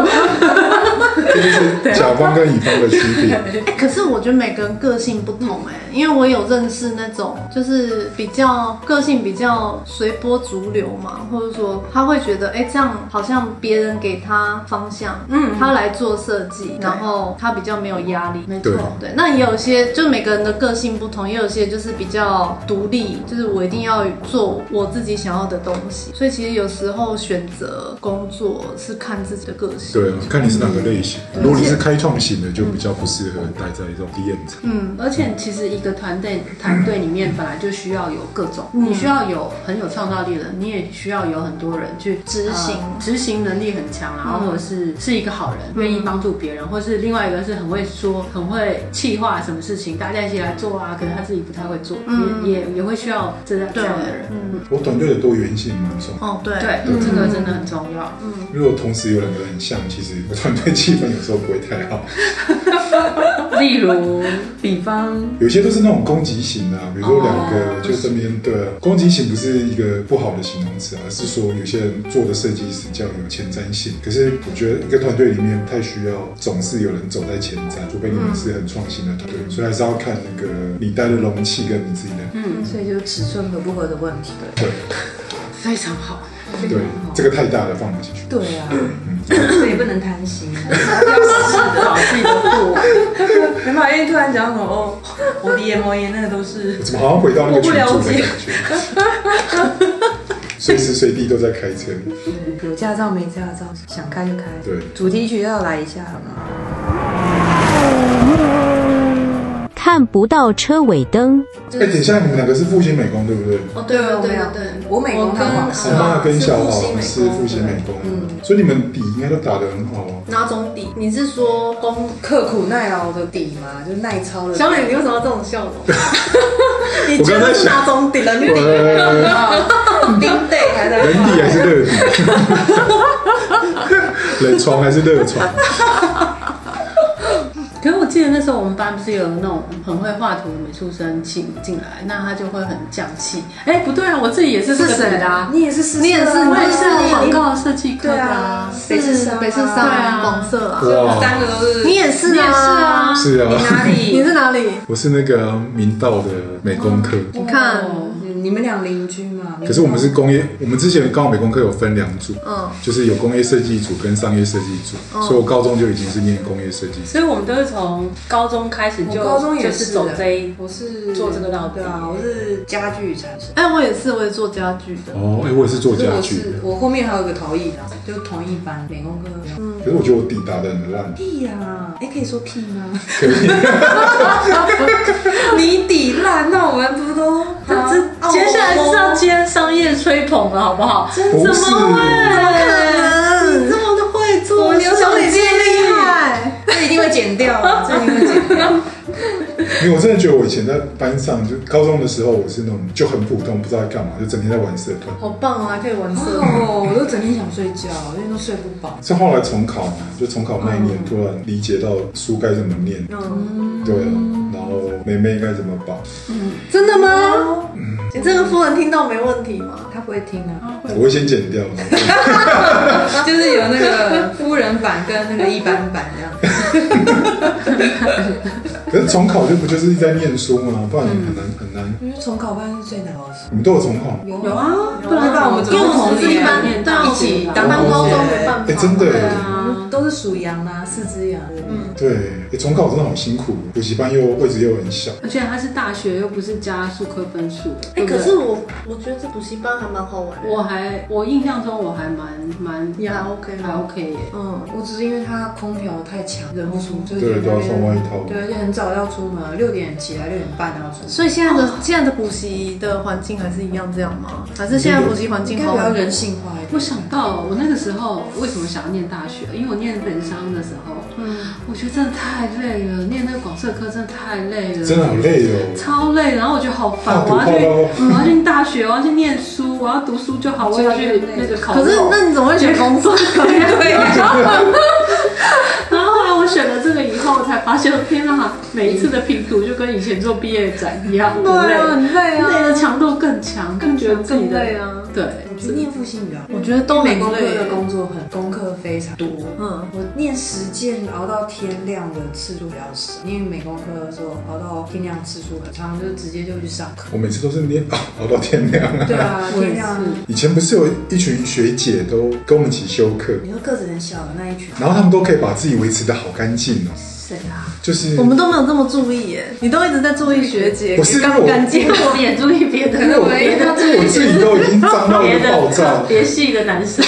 Speaker 1: 这 就是甲方跟乙方的区别。
Speaker 3: 哎可是我觉得每个人个性不同哎、因为我有认识那种就是比较个性比较随波逐流嘛，或者说他会觉得哎、这样好像别人给他方向，嗯，他来做设计，然后他比较没有压力。
Speaker 2: 没错
Speaker 1: 对，
Speaker 3: 对，那也有些就每个人的个性不同，也有些就是比较独立，就是我一定要做我自己想要的东西。所以其实有时候选择工作是看自己的个性。
Speaker 1: 对啊，看你是哪个类型。如果你是开创型的，就比较不适合待在这种 DM 厂。
Speaker 3: 嗯，
Speaker 2: 而且其实一个团队团队里面本来就需要有各种，你需要有很有创造力的人，你也需要有很多人去
Speaker 3: 执行
Speaker 2: 呃执行能力很强，然后或者是是一个好人，愿意帮助别人，或是另外一个是很会说、很会气化什么事情，大家一起来做啊，可能他自己不太会做，也也也会需要这样这
Speaker 3: 对
Speaker 2: 样的人。
Speaker 1: 我团队的多元性蛮重要，
Speaker 3: 哦，对，
Speaker 2: 对，这个真的很重要。
Speaker 1: 如果同时有两个人很像，其实团队气氛有时候不会太好。
Speaker 2: 例如，
Speaker 5: 比方
Speaker 1: 有些都是那种攻击型的、啊，比如说两个就身边对、啊，攻击型不是一个不好的形容词啊，而是说有些人做的设计是较有前瞻性。可是我觉得一个团队里面不太需要总是有人走在前瞻，除非你们是很创新的团队，所以还是要看那个你带的容器跟你自己的。
Speaker 5: 所以就是尺寸合不合的问题。
Speaker 1: 对
Speaker 2: 非常好，
Speaker 1: 对，这个太大的放不进去。
Speaker 5: 对啊，所以不能贪心。
Speaker 2: 找自己的路。
Speaker 5: 没办法，因为突然讲什么哦，我的眼膜炎那个都是
Speaker 1: 我怎么好像回到那个群
Speaker 5: 我
Speaker 1: 主
Speaker 5: 不了
Speaker 1: 的
Speaker 5: 解
Speaker 1: 感觉？ 随时随地都在开车。
Speaker 5: 有驾照没驾照，想开就开。
Speaker 1: 对
Speaker 5: 主题曲要来一下好吗？
Speaker 6: 看不到车尾灯，
Speaker 1: 哎、等一下，你们两个是复兴美工对不对？
Speaker 3: 哦，对对
Speaker 5: 我
Speaker 3: 对
Speaker 5: 没有
Speaker 3: 对对。
Speaker 5: 我美工
Speaker 3: 我跟啊
Speaker 5: 他好
Speaker 1: 我
Speaker 5: 像
Speaker 1: 妈跟小豪啊是复兴美工，嗯所以你们底应该都打得很好啊。
Speaker 3: 哪种底？你是说工？
Speaker 5: 刻苦耐劳的底嘛，就耐操的底。
Speaker 3: 小美，你为什么要这种笑容？
Speaker 5: 你
Speaker 1: 我刚才
Speaker 5: 是
Speaker 1: 想
Speaker 5: 哪种底？人底
Speaker 1: 呃，
Speaker 5: 冰对还在
Speaker 1: 冷
Speaker 5: 画
Speaker 1: 底还是热底？冷床还是热床？
Speaker 2: 可是我记得那时候我们班不是有那种很会画图的美术生进进来，那他就会很匠气。哎、不对啊，我自己也是这个底的啊，
Speaker 5: 你也是四色啊，
Speaker 3: 你也是
Speaker 2: 我也是
Speaker 3: 你
Speaker 2: 广告设计科
Speaker 5: 对
Speaker 2: 的啊。，
Speaker 5: 啊北市商啊
Speaker 3: 北市商
Speaker 2: 对啊
Speaker 3: 广色啊，
Speaker 1: 哇，
Speaker 5: 三个都是
Speaker 3: 你也是啊，
Speaker 2: 你也是啊，
Speaker 1: 是
Speaker 5: 哪
Speaker 1: 啊，
Speaker 3: 你
Speaker 5: 里？
Speaker 3: 是哪里？
Speaker 1: 我是那个明道的美工科，
Speaker 3: 你看，
Speaker 5: 你们俩邻居嘛？
Speaker 1: 可是我们是工业，我们之前刚好美工科有分两组，
Speaker 3: 嗯，
Speaker 1: 就是有工业设计组跟商业设计组，所以我高中就已经是念工业设计。
Speaker 2: 所以我们都是从高中开始就
Speaker 5: 我高中也
Speaker 2: 就是是走这一
Speaker 5: 我是
Speaker 2: 做这个到底
Speaker 5: 对啊，我是家具产生。
Speaker 3: 哎，我也是，我也做家具的。
Speaker 1: 哦，哎，我也是做
Speaker 5: 可是
Speaker 1: 家
Speaker 5: 我
Speaker 1: 具
Speaker 5: 是
Speaker 1: 的，
Speaker 5: 我后面还有个陶艺的，就同一班美工科。嗯，
Speaker 1: 可是我觉得我底打得很烂，
Speaker 5: 屁呀！哎，可以说屁吗？
Speaker 1: 可 以。
Speaker 5: 你底烂，那我们不都？啊哦那这
Speaker 2: 接下来是要接商业吹捧了，好不好？
Speaker 1: 不是，
Speaker 5: 这么都会做，我有手接厉害，这一定会剪掉啊，这一定会剪掉。
Speaker 1: 因为我真的觉得我以前在班上，就高中的时候，我是那种就很普通，不知道在干嘛，就整天在玩社团。
Speaker 3: 好棒啊，可以玩色。
Speaker 5: 哦，我都整天想睡觉，因为都睡不饱。
Speaker 1: 是后来重考嘛，就重考那一年，突然理解到书该怎么念，对啊，然后妹妹该怎么绑。
Speaker 3: 真的吗？嗯你这个夫人听到没问题
Speaker 1: 哦
Speaker 3: 吗？
Speaker 5: 他不会听啊，
Speaker 1: 我会先剪 掉，
Speaker 5: 就是有那个夫人版跟那个一般版这样。
Speaker 1: 可是重考就不就是一直在念书嘛，不然你很难很难。
Speaker 5: 我觉得重考班是最难的事。
Speaker 1: 你们都有重考吗？
Speaker 5: 有
Speaker 2: 有
Speaker 5: 啊，
Speaker 2: 啊，
Speaker 5: 不然我们怎
Speaker 3: 因为
Speaker 5: 么
Speaker 3: 我们是一般
Speaker 2: 年
Speaker 3: 到
Speaker 2: 一起
Speaker 3: 当班高中没办
Speaker 1: 哎，
Speaker 3: 法。
Speaker 1: 真的耶，
Speaker 5: 都是属羊啊，四只羊。嗯，
Speaker 1: 对，哎重考真的好辛苦，补习班又位置又很小，
Speaker 2: 而且他是大学又不是加数科分数的，
Speaker 3: 哎，
Speaker 2: 对不对
Speaker 3: 可是我我觉得这补习班还蛮好玩的。
Speaker 2: 我还我印象中我还蛮蛮
Speaker 3: 也还 OK
Speaker 2: 还 OK 耶。
Speaker 3: 嗯，
Speaker 5: 我只是因为它空调太强，忍不住就是
Speaker 1: 对，都要穿外套。
Speaker 5: 对，而且很早要出门，六点起来，六点半要出门。
Speaker 3: 所以现在的现在的补习的环境还是一样这样吗？还是现在补习环
Speaker 5: 应
Speaker 3: 境
Speaker 5: 该
Speaker 3: 好
Speaker 5: 比较
Speaker 3: 玩？
Speaker 5: 人性化一点。
Speaker 2: 我想到我那个时候为什么想要念大学，因为我念本商的时候，
Speaker 3: 嗯，
Speaker 2: 我觉得真的太累了，念那个广社科真的太累了，
Speaker 1: 真的好累哦。
Speaker 2: 超累。然后我觉得好
Speaker 1: 好
Speaker 2: 烦，
Speaker 1: 读
Speaker 2: 我要去
Speaker 1: 报告
Speaker 2: 我要去大学，我要去念书，我要读书就好，我要去那个考。
Speaker 3: 可是那你怎么会选工 作？
Speaker 2: 然后后来我选了这个以后，我才发现，天哪，每一次的拼图就跟以前做毕业展一样，很累，
Speaker 3: 啊很累
Speaker 2: 累的强度更强，更觉得自己的
Speaker 3: 更累啊
Speaker 2: 对，
Speaker 5: 你念复兴比较好，
Speaker 3: 我觉得都
Speaker 5: 因为美
Speaker 3: 很
Speaker 5: 工科
Speaker 3: 累
Speaker 5: 的。工作很功课非常多。
Speaker 3: 嗯，
Speaker 5: 我念实践熬到天亮的次数比较少，因为美工科的时候熬到天亮次数很长，就直接就去上 课。
Speaker 1: 我每次都是念熬熬到天亮啊。
Speaker 5: 对啊，
Speaker 2: 我也
Speaker 5: 天亮。
Speaker 2: 是
Speaker 1: 以前不是有一群学姐都跟我们一起修课，
Speaker 5: 你说个子很小的那一群，
Speaker 1: 然后他们都可以把自己维持的好干净哦，
Speaker 5: 谁啊？
Speaker 1: 就是
Speaker 3: 我们都没有这么注意耶，你都一直在注意学姐
Speaker 1: 不是
Speaker 3: 干不干净。
Speaker 2: 我也注意别的，我
Speaker 1: 因
Speaker 2: 别
Speaker 1: 为
Speaker 2: 的
Speaker 1: 我自己都已经脏 到一
Speaker 2: 别
Speaker 1: 个爆
Speaker 2: 的
Speaker 1: 炸。
Speaker 2: 别系的男生，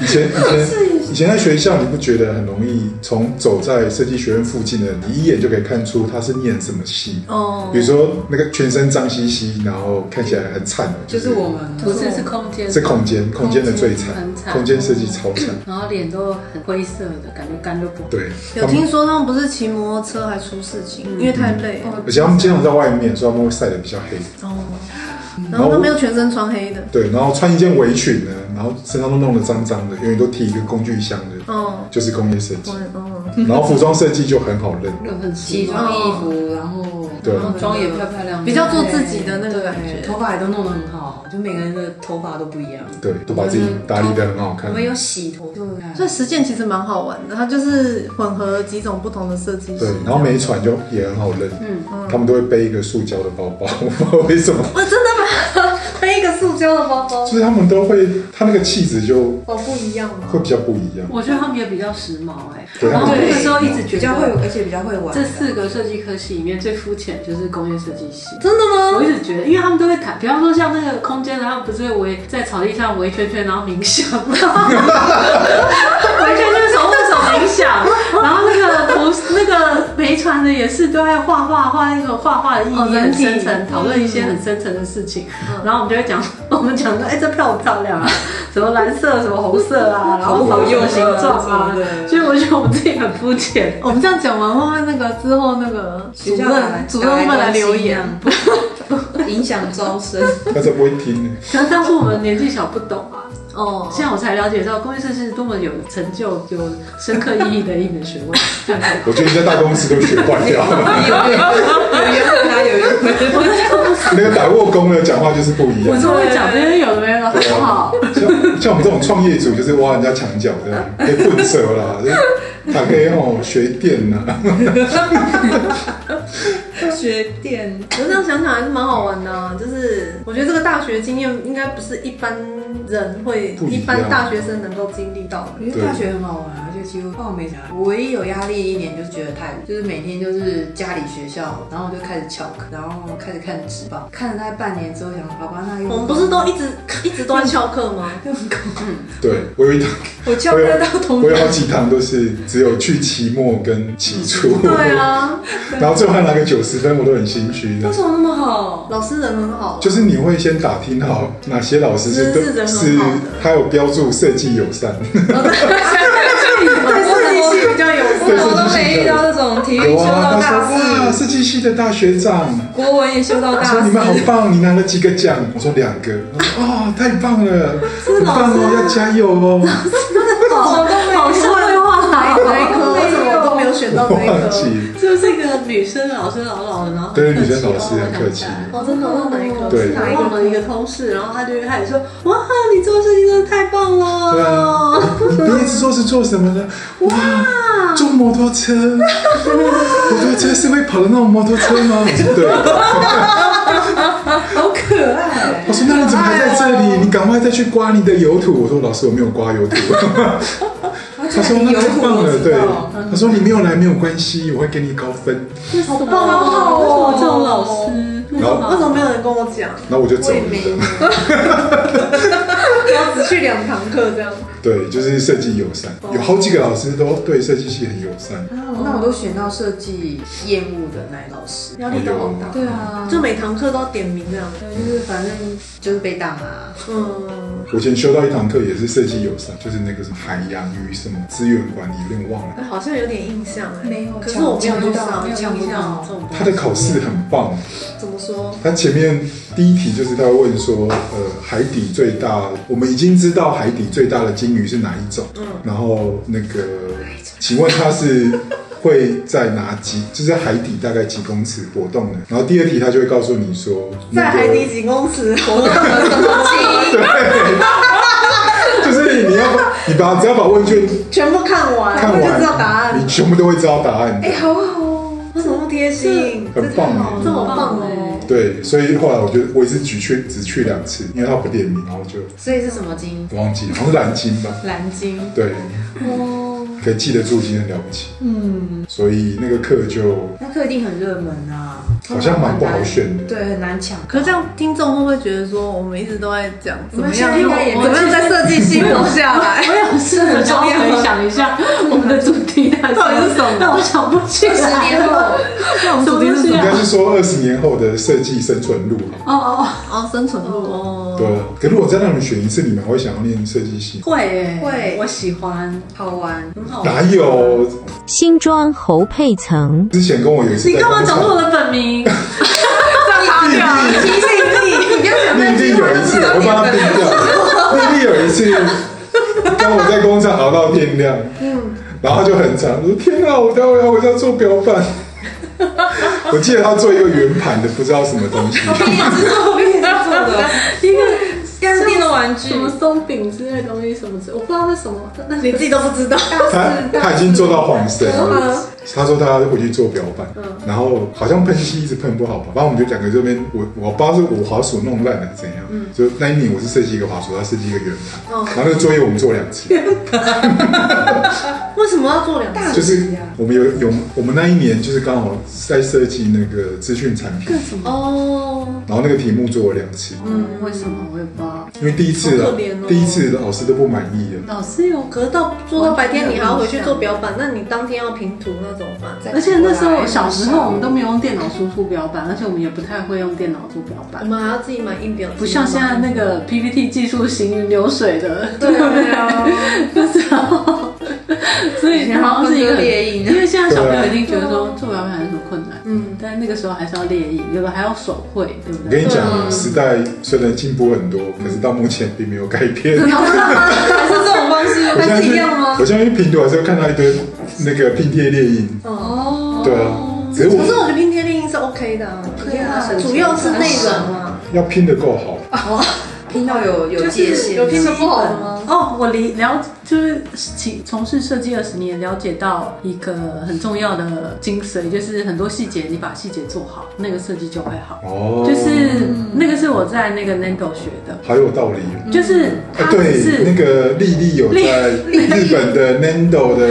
Speaker 1: 以前以前以前在学校，你不觉得很容易从走在设计学院附近的，你一眼就可以看出他是念什么系？
Speaker 3: 哦
Speaker 1: 比，如说那个全身脏兮兮，然后看起来很惨的，
Speaker 5: 就是我们
Speaker 2: 不是是空间，
Speaker 1: 是空间，空间的最惨
Speaker 2: 很，惨
Speaker 1: 空间设计超惨。
Speaker 2: 然后脸都很灰色的感觉，干就不好。
Speaker 1: 对，
Speaker 3: 有
Speaker 1: 他们
Speaker 3: 听说他们不是骑摩托车还出事情，因为太累了。
Speaker 1: 而且他们经常在外面，所以他们会晒得比较黑。
Speaker 3: 哦，然后他们又全身穿黑的。
Speaker 1: 对，然后穿一件围裙呢，然后身上都弄得脏脏的，因为都提一个工具箱的，
Speaker 3: 哦，
Speaker 1: 就是工业设计。
Speaker 3: 哦，
Speaker 1: 然后服装设计就很好认，
Speaker 2: 又很奇
Speaker 5: 奇
Speaker 2: 装，
Speaker 5: 装异服，然后
Speaker 1: 对啊
Speaker 2: 然后妆也漂漂亮亮，
Speaker 3: 比较做自己的那个感
Speaker 5: 对
Speaker 3: 觉。
Speaker 5: 头发也都弄得很好，就每个人的头发都不一样。
Speaker 1: 对，都把自己打理得很好看
Speaker 5: 嗯我。们有洗头，就
Speaker 3: 所以实践其实蛮好玩的，它就是混合几种不同的设计师
Speaker 1: 对，。然后每一船就也很好认，
Speaker 2: 嗯
Speaker 1: 他们都会背一个塑胶的包包， 我不知道为什么，
Speaker 3: 哇，真的吗？
Speaker 5: 背一个塑胶的包包，
Speaker 1: 就是他们都会，他那个气质就
Speaker 3: 哦，不一样吗？
Speaker 1: 会比较不一样。
Speaker 2: 我觉得他们也比较时髦哎、
Speaker 1: 对
Speaker 2: 然后
Speaker 1: 他们
Speaker 2: 那个时候一直觉
Speaker 5: 比较会
Speaker 2: 得，
Speaker 5: 有，而且比较会玩。
Speaker 2: 这四个设计科系里面最肤浅就是工业设计系。
Speaker 3: 真的吗？
Speaker 2: 我一直觉得，因为他们都会谈，比方说像那个空间的，他们不是会围在草地上围圈圈，然后冥想， 围圈圈手握手冥想，然后那个不那个没传的也是都在画画，画那个画画的意义
Speaker 3: 哦
Speaker 2: 很
Speaker 3: 人体
Speaker 2: 深层，讨论一些很深层的事情。
Speaker 5: 嗯
Speaker 2: 然后我们就会讲，我们讲说，哎，这票好漂亮啊，什么蓝色，什么红色啊，然后
Speaker 5: 好用
Speaker 2: 什么
Speaker 5: 啊
Speaker 2: 形状啊
Speaker 5: 什么，的
Speaker 2: 所以我觉得我们自己很肤浅。
Speaker 3: 我们这样讲完后，会不会那个之后那个主
Speaker 5: 学校来
Speaker 3: 任主任们来啊留言，
Speaker 5: 影响 招生。
Speaker 1: 但是不会听呢，
Speaker 2: 可能当初我们年纪小不懂啊，
Speaker 3: 哦，
Speaker 2: 现在我才了解到工业设计是多么有成就、有深刻意义的一门学问。
Speaker 1: 我觉得你在大公司都学坏掉了。
Speaker 5: 有缘分啊，有缘分。
Speaker 1: 那个打过工的讲话就是不一
Speaker 2: 我
Speaker 1: 样，
Speaker 2: 就会讲这些有的没有的，好
Speaker 1: 啊
Speaker 2: 不好？
Speaker 1: 像像我们这种创业组就是挖人家墙角这 样，可以混蛇啦，就是还可以哦学电呐、
Speaker 5: 学店
Speaker 3: 可是这样想想还是蛮好玩的、啊，就是我觉得这个大学经验应该不是一般人会
Speaker 1: 不一样
Speaker 3: 一般大学生能够经历到的。
Speaker 5: 我觉得大学很好玩，而且几乎放没想。我唯一有压力的一点就是觉得太无，就是每天就是家里学校，然后我就开始翘课，然后开始看纸报，看了大概半年之后想，好吧，那又
Speaker 3: 我们不是都一直一直都在翘课吗？
Speaker 1: 对我有一 堂，
Speaker 5: 我翘
Speaker 1: 我有
Speaker 5: 课到同
Speaker 1: 啊我有好几堂都是只有去期末跟期初，
Speaker 3: 对啊，
Speaker 1: 然后最后还拿个九十分，我都很心虚的
Speaker 5: 为。什么那么好？
Speaker 3: 老师人很好，
Speaker 1: 就是你会先打听好哪些老师是
Speaker 3: 是人很好
Speaker 1: 是
Speaker 3: 的，
Speaker 1: 还有标注设计友 善，对设计系
Speaker 3: 对设计系比较有
Speaker 5: 没遇 到
Speaker 1: 的。
Speaker 5: 这种体育
Speaker 1: 有
Speaker 5: 修
Speaker 1: 啊，
Speaker 5: 到
Speaker 1: 他说哇，
Speaker 5: 大四，
Speaker 1: 设计系的大学长，
Speaker 5: 国文也修到大
Speaker 1: 说
Speaker 5: 四
Speaker 1: 你，们好
Speaker 3: 啊
Speaker 1: 棒，你拿了几个奖？我说两个。他说哦，太棒了，很棒哦，要加油哦。
Speaker 2: 好社会化
Speaker 3: 哪
Speaker 2: 啊，
Speaker 3: 一科，为什么我都没有选到
Speaker 1: 我
Speaker 3: 这 一
Speaker 1: 忘
Speaker 3: 科？
Speaker 1: 记，
Speaker 2: 就是一个女生老师老老的，然后
Speaker 1: 对女生老师很客气，
Speaker 3: 哦，真的，那哪一科？
Speaker 1: 对
Speaker 3: 是哪一
Speaker 2: 我
Speaker 3: 科？
Speaker 2: 们一个同事，然后他就他也说，哇，你做设计真的太棒了。
Speaker 1: 对啊， 你毕业制作是做什么的？哇，坐摩托车，摩托车是会跑的那种摩托车吗？我说对。
Speaker 5: 好可爱。
Speaker 1: 我说：“那你怎么还在这里？你赶快再去刮你的油土。”我说：“老师，我没有刮油土。”他说：“那太棒了，对。”他说：“你没有来没有关系，我会给你高分。
Speaker 2: 好棒
Speaker 3: 好好
Speaker 2: 为什
Speaker 3: 哦
Speaker 2: 么这种老师？为什
Speaker 1: 然
Speaker 3: 为什
Speaker 2: 么
Speaker 3: 么没有人跟我讲？”
Speaker 1: 然后我就走
Speaker 3: 我也
Speaker 1: 了。
Speaker 3: 没有，我只去两堂课这样。
Speaker 1: 对，就是设计友善，有好几个老师都对设计系很友善。
Speaker 5: 那我都选到设计厌恶的那一老师。
Speaker 3: 压力都好
Speaker 1: 哎
Speaker 3: 大，
Speaker 5: 对啊，
Speaker 3: 就每堂课都要点名这样。
Speaker 5: 就是反正就是被当 啊。
Speaker 3: 嗯，
Speaker 1: 我以前修到一堂课也是设计友善，就是那个什么海洋与什么资源管理，有点忘了。
Speaker 3: 好像有点印象哎，
Speaker 5: 没有
Speaker 3: 可是我没有
Speaker 5: 抢不
Speaker 3: 印
Speaker 5: 到
Speaker 3: 象，没有
Speaker 5: 抢不
Speaker 3: 印象
Speaker 5: 到
Speaker 3: 这种东
Speaker 1: 他
Speaker 3: 西
Speaker 1: 的考试很棒，
Speaker 3: 怎么说？
Speaker 1: 他前面第一题就是他问说，呃，海底最大，我们已经知道
Speaker 4: 嗯
Speaker 1: 海底最大的鲸鱼是哪一种，然后那个，请问它是会在哪几，就是在海底大概几公尺活动的。然后第二题他就会告诉你说，
Speaker 4: 在
Speaker 1: 那个
Speaker 4: 海底几公 尺活动，
Speaker 1: 就是你要把你把只要把问卷
Speaker 4: 全部看完，
Speaker 1: 看
Speaker 4: 我就
Speaker 1: 完，
Speaker 4: 知道答案
Speaker 1: 你。全部都会知道答案的
Speaker 4: 哎，，好好哦，这怎么那么贴心？
Speaker 1: 很棒啊！
Speaker 3: 这么棒
Speaker 2: 哎
Speaker 3: 哦！
Speaker 1: 对，所以后来我就我也是只去只去两次，因为他不点名，然后就
Speaker 5: 所以是什么金？
Speaker 1: 忘记，好像是蓝鲸吧。
Speaker 3: 蓝鲸，
Speaker 1: 对，可以记得住已经很了不起。嗯，所以那个课就
Speaker 5: 那课一定很热门啊，
Speaker 1: 好像蛮不好选的。
Speaker 5: 对，很难抢。
Speaker 3: 可是这样听众会不会觉得说我们一直都在讲怎么样
Speaker 5: 我们现在应该也
Speaker 3: 我们
Speaker 5: 在
Speaker 3: 设计系统下来？
Speaker 2: 我也是很想要回想一下我们的主题到
Speaker 3: 底是什么
Speaker 2: 但我想不起来。
Speaker 5: 十年后，
Speaker 3: 那我们主题是什
Speaker 2: 什么东西
Speaker 3: 么
Speaker 2: 啊
Speaker 1: 应该是说二十年后的设计生存路。
Speaker 2: 哦哦，
Speaker 3: 哦，生存路哦。
Speaker 1: 对，啊可如果再让你们选一次，你们还会想要念设计系？
Speaker 2: 会耶
Speaker 4: 会
Speaker 2: 我喜欢，
Speaker 5: 好玩，很好玩。
Speaker 1: 哪有？
Speaker 6: 新庄侯佩岑、
Speaker 1: 之前跟我有一次
Speaker 2: 你
Speaker 1: 在
Speaker 2: 干嘛
Speaker 1: 工
Speaker 2: 讲出我
Speaker 1: 厂，
Speaker 2: 的本名？
Speaker 4: 提醒你，不要讲
Speaker 1: 定定有一次，我把它定掉。定定有一次，当我在工厂熬到天亮，嗯，然后就很长，我说天啊，我待会要回家做表板。我记得他做一个圆盘的，不知道什么东西。
Speaker 2: 一个
Speaker 5: 但是电动玩具
Speaker 2: 什么松饼之类的东西，什么之，我不知道是什么。那
Speaker 4: 你自己都不知道。
Speaker 1: 他他已经做到黄色了。他说他要回去做表板，然后好像喷漆一直喷不好吧，然后我们就两个这边，我我不知道是我滑鼠弄烂了还是怎样，就那一年我是设计一个滑鼠，他设计一个圆盘，然后那个作业我们做两次，
Speaker 3: 为什么要做两次？
Speaker 1: 就是
Speaker 5: 啊
Speaker 1: 我们有有我们那一年就是刚好在设计那个资讯产品，
Speaker 3: 哦，
Speaker 1: 然后那个题目做了两次，
Speaker 2: 嗯，为什么我也不知道。
Speaker 1: 因为第一次
Speaker 3: 好
Speaker 1: 啊
Speaker 3: 可怜哦
Speaker 1: 第一次老师都不满意了，
Speaker 2: 老师有
Speaker 3: 可是到做到白天，你还要回去做表板，那你当天要平涂，那怎么办？
Speaker 2: 而且那时候小时候我们都没有用电脑输出表板，而且我们也不太会用电脑做表
Speaker 3: 我
Speaker 2: 板，
Speaker 3: 们还要自己买印表机吗，
Speaker 2: 不像现在那个 PPT 技术行云流水的，对不
Speaker 5: 对
Speaker 2: 对？
Speaker 5: 啊，
Speaker 2: 那时候，所以好像是一个
Speaker 5: 以前还要分割列印
Speaker 2: 因为现在小朋友一定觉得说做表板有什么困难，嗯，但那个时候还是要列印，有的还要手绘，对不
Speaker 1: 我跟
Speaker 2: 对
Speaker 1: 你？讲，啊时代虽然进步很多，可是到目前并没有改 变。
Speaker 5: 还是这种方式，
Speaker 1: 我现
Speaker 5: 还
Speaker 1: 在
Speaker 5: 是
Speaker 1: 去
Speaker 5: 一样吗？
Speaker 1: 我现在去拼图还是会看到一堆那个拼贴猎鹰。哦，对啊，只是
Speaker 3: 可是我
Speaker 1: 我
Speaker 3: 觉得拼贴猎印是 OK 的啊，
Speaker 5: 以啊
Speaker 3: 主要是内容啊。
Speaker 1: 要拼的够好，
Speaker 5: 拼到有有界限，
Speaker 3: 有拼的不好的吗？
Speaker 2: 哦，我理了就是起从事设计二十年，了解到一个很重要的精髓，就是很多细节你把细节做好，那个设计就会好。
Speaker 1: 哦，
Speaker 2: 就是那个是我在那个 Nando 学的，
Speaker 1: 好有道理哦。
Speaker 2: 就是
Speaker 1: 哎
Speaker 2: 它
Speaker 1: 对，那
Speaker 2: 是
Speaker 1: 个丽丽有在日本的 Nando 的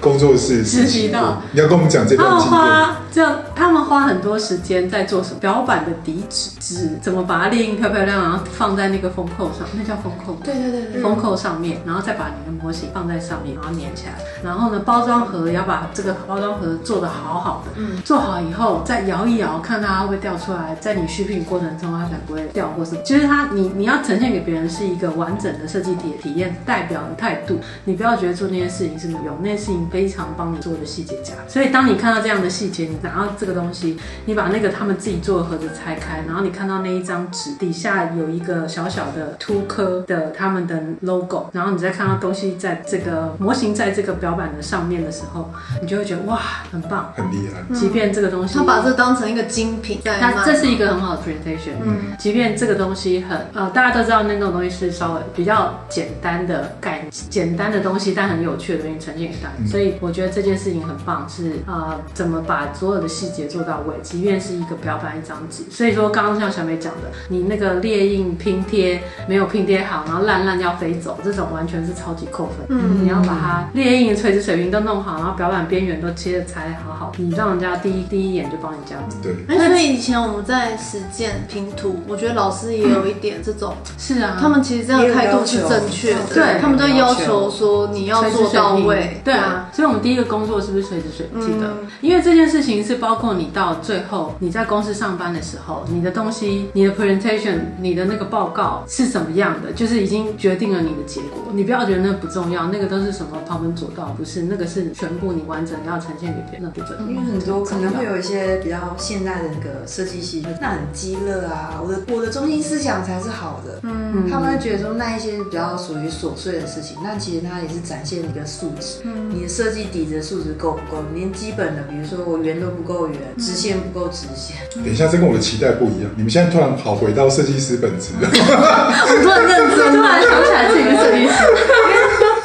Speaker 1: 工作室
Speaker 2: 实习
Speaker 1: 过
Speaker 2: 到
Speaker 1: 你要跟我们讲这
Speaker 2: 他
Speaker 1: 段
Speaker 2: 们
Speaker 1: 经验。
Speaker 2: 花这样，他们花很多时间在做什么？表板的底纸纸怎么把它列印漂漂亮，亮，然后放在那个封扣上，那叫封扣。对对对封扣上面，然后再把你的模型放在上面，然后粘起来。然后呢，包装盒也要把这个包装盒做得好好的，嗯，做好以后再摇一摇，看它会不会掉出来，在你续品过程中它才不会掉或什么。其实它你你要呈现给别人是一个完整的设计体体验，代表的态度，你不要觉得做那件事情是没有用，那件事情非常帮你做的细节夹。所以当你看到这样的细节，你拿到这个东西，你把那个他们自己做的盒子拆开，然后你看到那一张纸底下有一个小小的凸科的他们的 logo，然后你再看到东西在这个模型在这个表板的上面的时候，你就会觉得哇，很棒。
Speaker 1: 很厉害，
Speaker 2: 即便这个东西，
Speaker 3: 他把这当成一个精品在
Speaker 2: 它
Speaker 3: 卖，
Speaker 2: 这是一个很好的 presentation，嗯，即便这个东西很呃，大家都知道那种东西是稍微比较简单的概念简单的东西，但很有趣的东西呈现给大家，所以我觉得这件事情很棒，是呃怎么把所有的细节做到位，即便是一个表板一张纸，所以说刚刚像小美讲的，你那个列印拼贴没有拼贴好，然后烂烂要飞走，这种完全是超级扣分，嗯，你要把它列印垂直水平都弄好，然后表板边缘都切的裁得好好，你让人家第一第一眼就帮你这样子。
Speaker 1: 对，
Speaker 3: 哎，所以以前我们在实践拼图，我觉得老师也有一点这种，
Speaker 2: 是啊，
Speaker 3: 他们其实这样的态度是正确的，
Speaker 2: 对
Speaker 3: 他们都要求说你要
Speaker 2: 垂直
Speaker 3: 做
Speaker 2: 水
Speaker 3: 到
Speaker 2: 平
Speaker 3: 位，啊嗯
Speaker 2: 对啊，所以我们第一个工作是不是垂直水？记得，因为这件事情是包括后你到最后你在公司上班的时候，你的东西、你的 presentation、你的那个报告是什么样的，就是已经决定了你的结果。你不要觉得那不重要，那个都是什么旁门左道，不是那个是全部你完整要呈现给别人的部分。
Speaker 3: 嗯
Speaker 5: 因为很多可能会有一些比较现代的那个设计系，那很激乐啊，我的我的中心思想才是好的，嗯，他们会觉得说那一些比较属于琐碎的事情，那其实它也是展现你的素质，你的设计底子的素质够不够，你连基本的，比如说我圆都不够圆，直线不够直线，
Speaker 1: 等一下，这跟我的期待不一样。你们现在突然好回到设计师本质了，
Speaker 3: 我突然认真
Speaker 2: 突然想起来自己是设计师，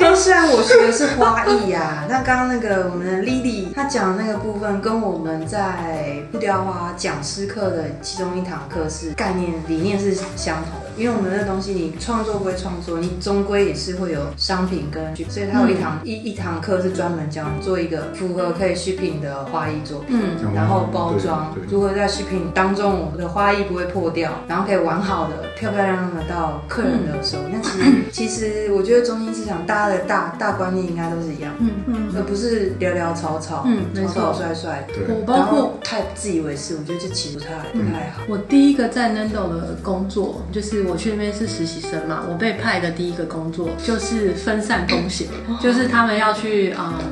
Speaker 5: 因为虽然我学的是花艺啊，那刚刚那个我们的 Lily 她讲的那个部分，跟我们在布雕花讲师课的其中一堂课是概念理念是相同的。因为我们那东西，你创作归创作，你终归也是会有商品跟 ship，所以它有一堂、一一堂课是专门教你做一个符合可以 shipping 的花艺作品，
Speaker 1: 嗯
Speaker 5: 然后包装
Speaker 1: 对对
Speaker 5: 如何在 shipping 当中我的花艺不会破掉，然后可以完好的、漂漂亮亮的到客人的手。那其实其实我觉得中心思想大家的大大观念应该都是一样，
Speaker 2: 嗯
Speaker 3: 嗯
Speaker 5: 而不是聊聊吵吵，
Speaker 2: 嗯没
Speaker 5: 吵
Speaker 2: 错
Speaker 5: 吵帅帅，
Speaker 1: 对
Speaker 2: 我，包
Speaker 5: 然
Speaker 2: 括
Speaker 5: 后太自以为是，我觉得这其实不太不太好。
Speaker 2: 我第一个在 Nando 的工作，就是我去那边是实习生嘛，我被派的第一个工作就是分散风险，就是他们要去啊、呃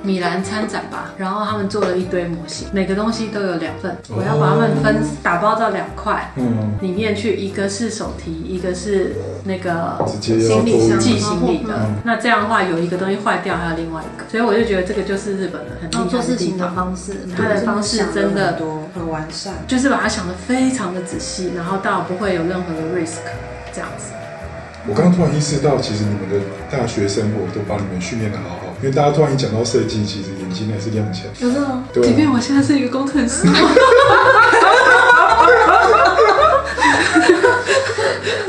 Speaker 2: 米兰参展吧，然后他们做了一堆模型，每个东西都有两份，
Speaker 1: 哦
Speaker 2: 我要把它们分打包到两块。
Speaker 1: 嗯，
Speaker 2: 里面去，一个是手提，一个是那个
Speaker 1: 直接要
Speaker 2: 行李箱
Speaker 1: 多
Speaker 2: 寄行李的
Speaker 1: 嗯。
Speaker 2: 那这样的话，有一个东西坏掉，还有另外一个，所以我就觉得这个就是日本人很厉害
Speaker 3: 然后哦做事情
Speaker 2: 的
Speaker 3: 的
Speaker 2: 地方
Speaker 3: 方式，
Speaker 2: 他 的方式真的
Speaker 5: 很多很完善，
Speaker 2: 就是把它想得非常的仔细，然后到不会有任何的 risk 这样子。
Speaker 1: 我刚刚突然意识到，其实你们的大学生活都把你们训练的好好，因为大家突然一讲到设计，其实眼睛还是亮起来。
Speaker 3: 有这种
Speaker 1: 对
Speaker 2: 即便
Speaker 1: 啊，
Speaker 2: 我现在是一个工程师，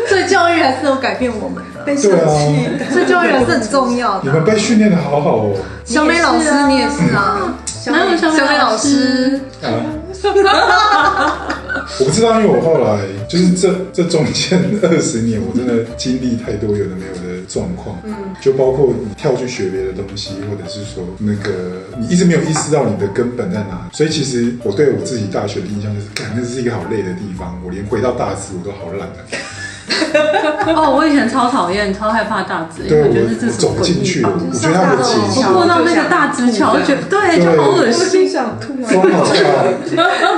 Speaker 3: 所以教育还是有改变我们的，
Speaker 5: 被
Speaker 1: 对啊，
Speaker 3: 所以教育还是很重要
Speaker 1: 你
Speaker 3: 的。
Speaker 1: 们被训练的好好哦。
Speaker 3: 小美老师，你也啊是 啊，
Speaker 2: 哪有小
Speaker 3: 小美
Speaker 2: 美
Speaker 3: 老
Speaker 2: 老
Speaker 3: 师
Speaker 2: 师，
Speaker 1: 啊， 我不知道，因为我后来就是这这中间二十年，我真的经历太多有的没有的状况，嗯，就包括你跳去学别的东西，或者是说那个你一直没有意识到你的根本在哪，所以其实我对我自己大学的印象就是，感那是一个好累的地方，我连回到大四我都好懒啊，
Speaker 2: 嗯哦，我以前超讨厌、超害怕大直，因
Speaker 1: 对
Speaker 2: 为
Speaker 1: 我
Speaker 2: 我觉得这
Speaker 1: 我
Speaker 2: 是什
Speaker 1: 走
Speaker 2: 么
Speaker 1: 不
Speaker 2: 鬼
Speaker 1: 进
Speaker 2: 地
Speaker 1: 去，我
Speaker 2: 方。
Speaker 1: 觉得它的
Speaker 5: 上大
Speaker 1: 奇
Speaker 5: 道
Speaker 2: 我
Speaker 5: 了
Speaker 2: 过到那个大直桥，觉得对，
Speaker 1: 对
Speaker 2: 就好恶心，
Speaker 5: 心想吐
Speaker 1: 超好笑。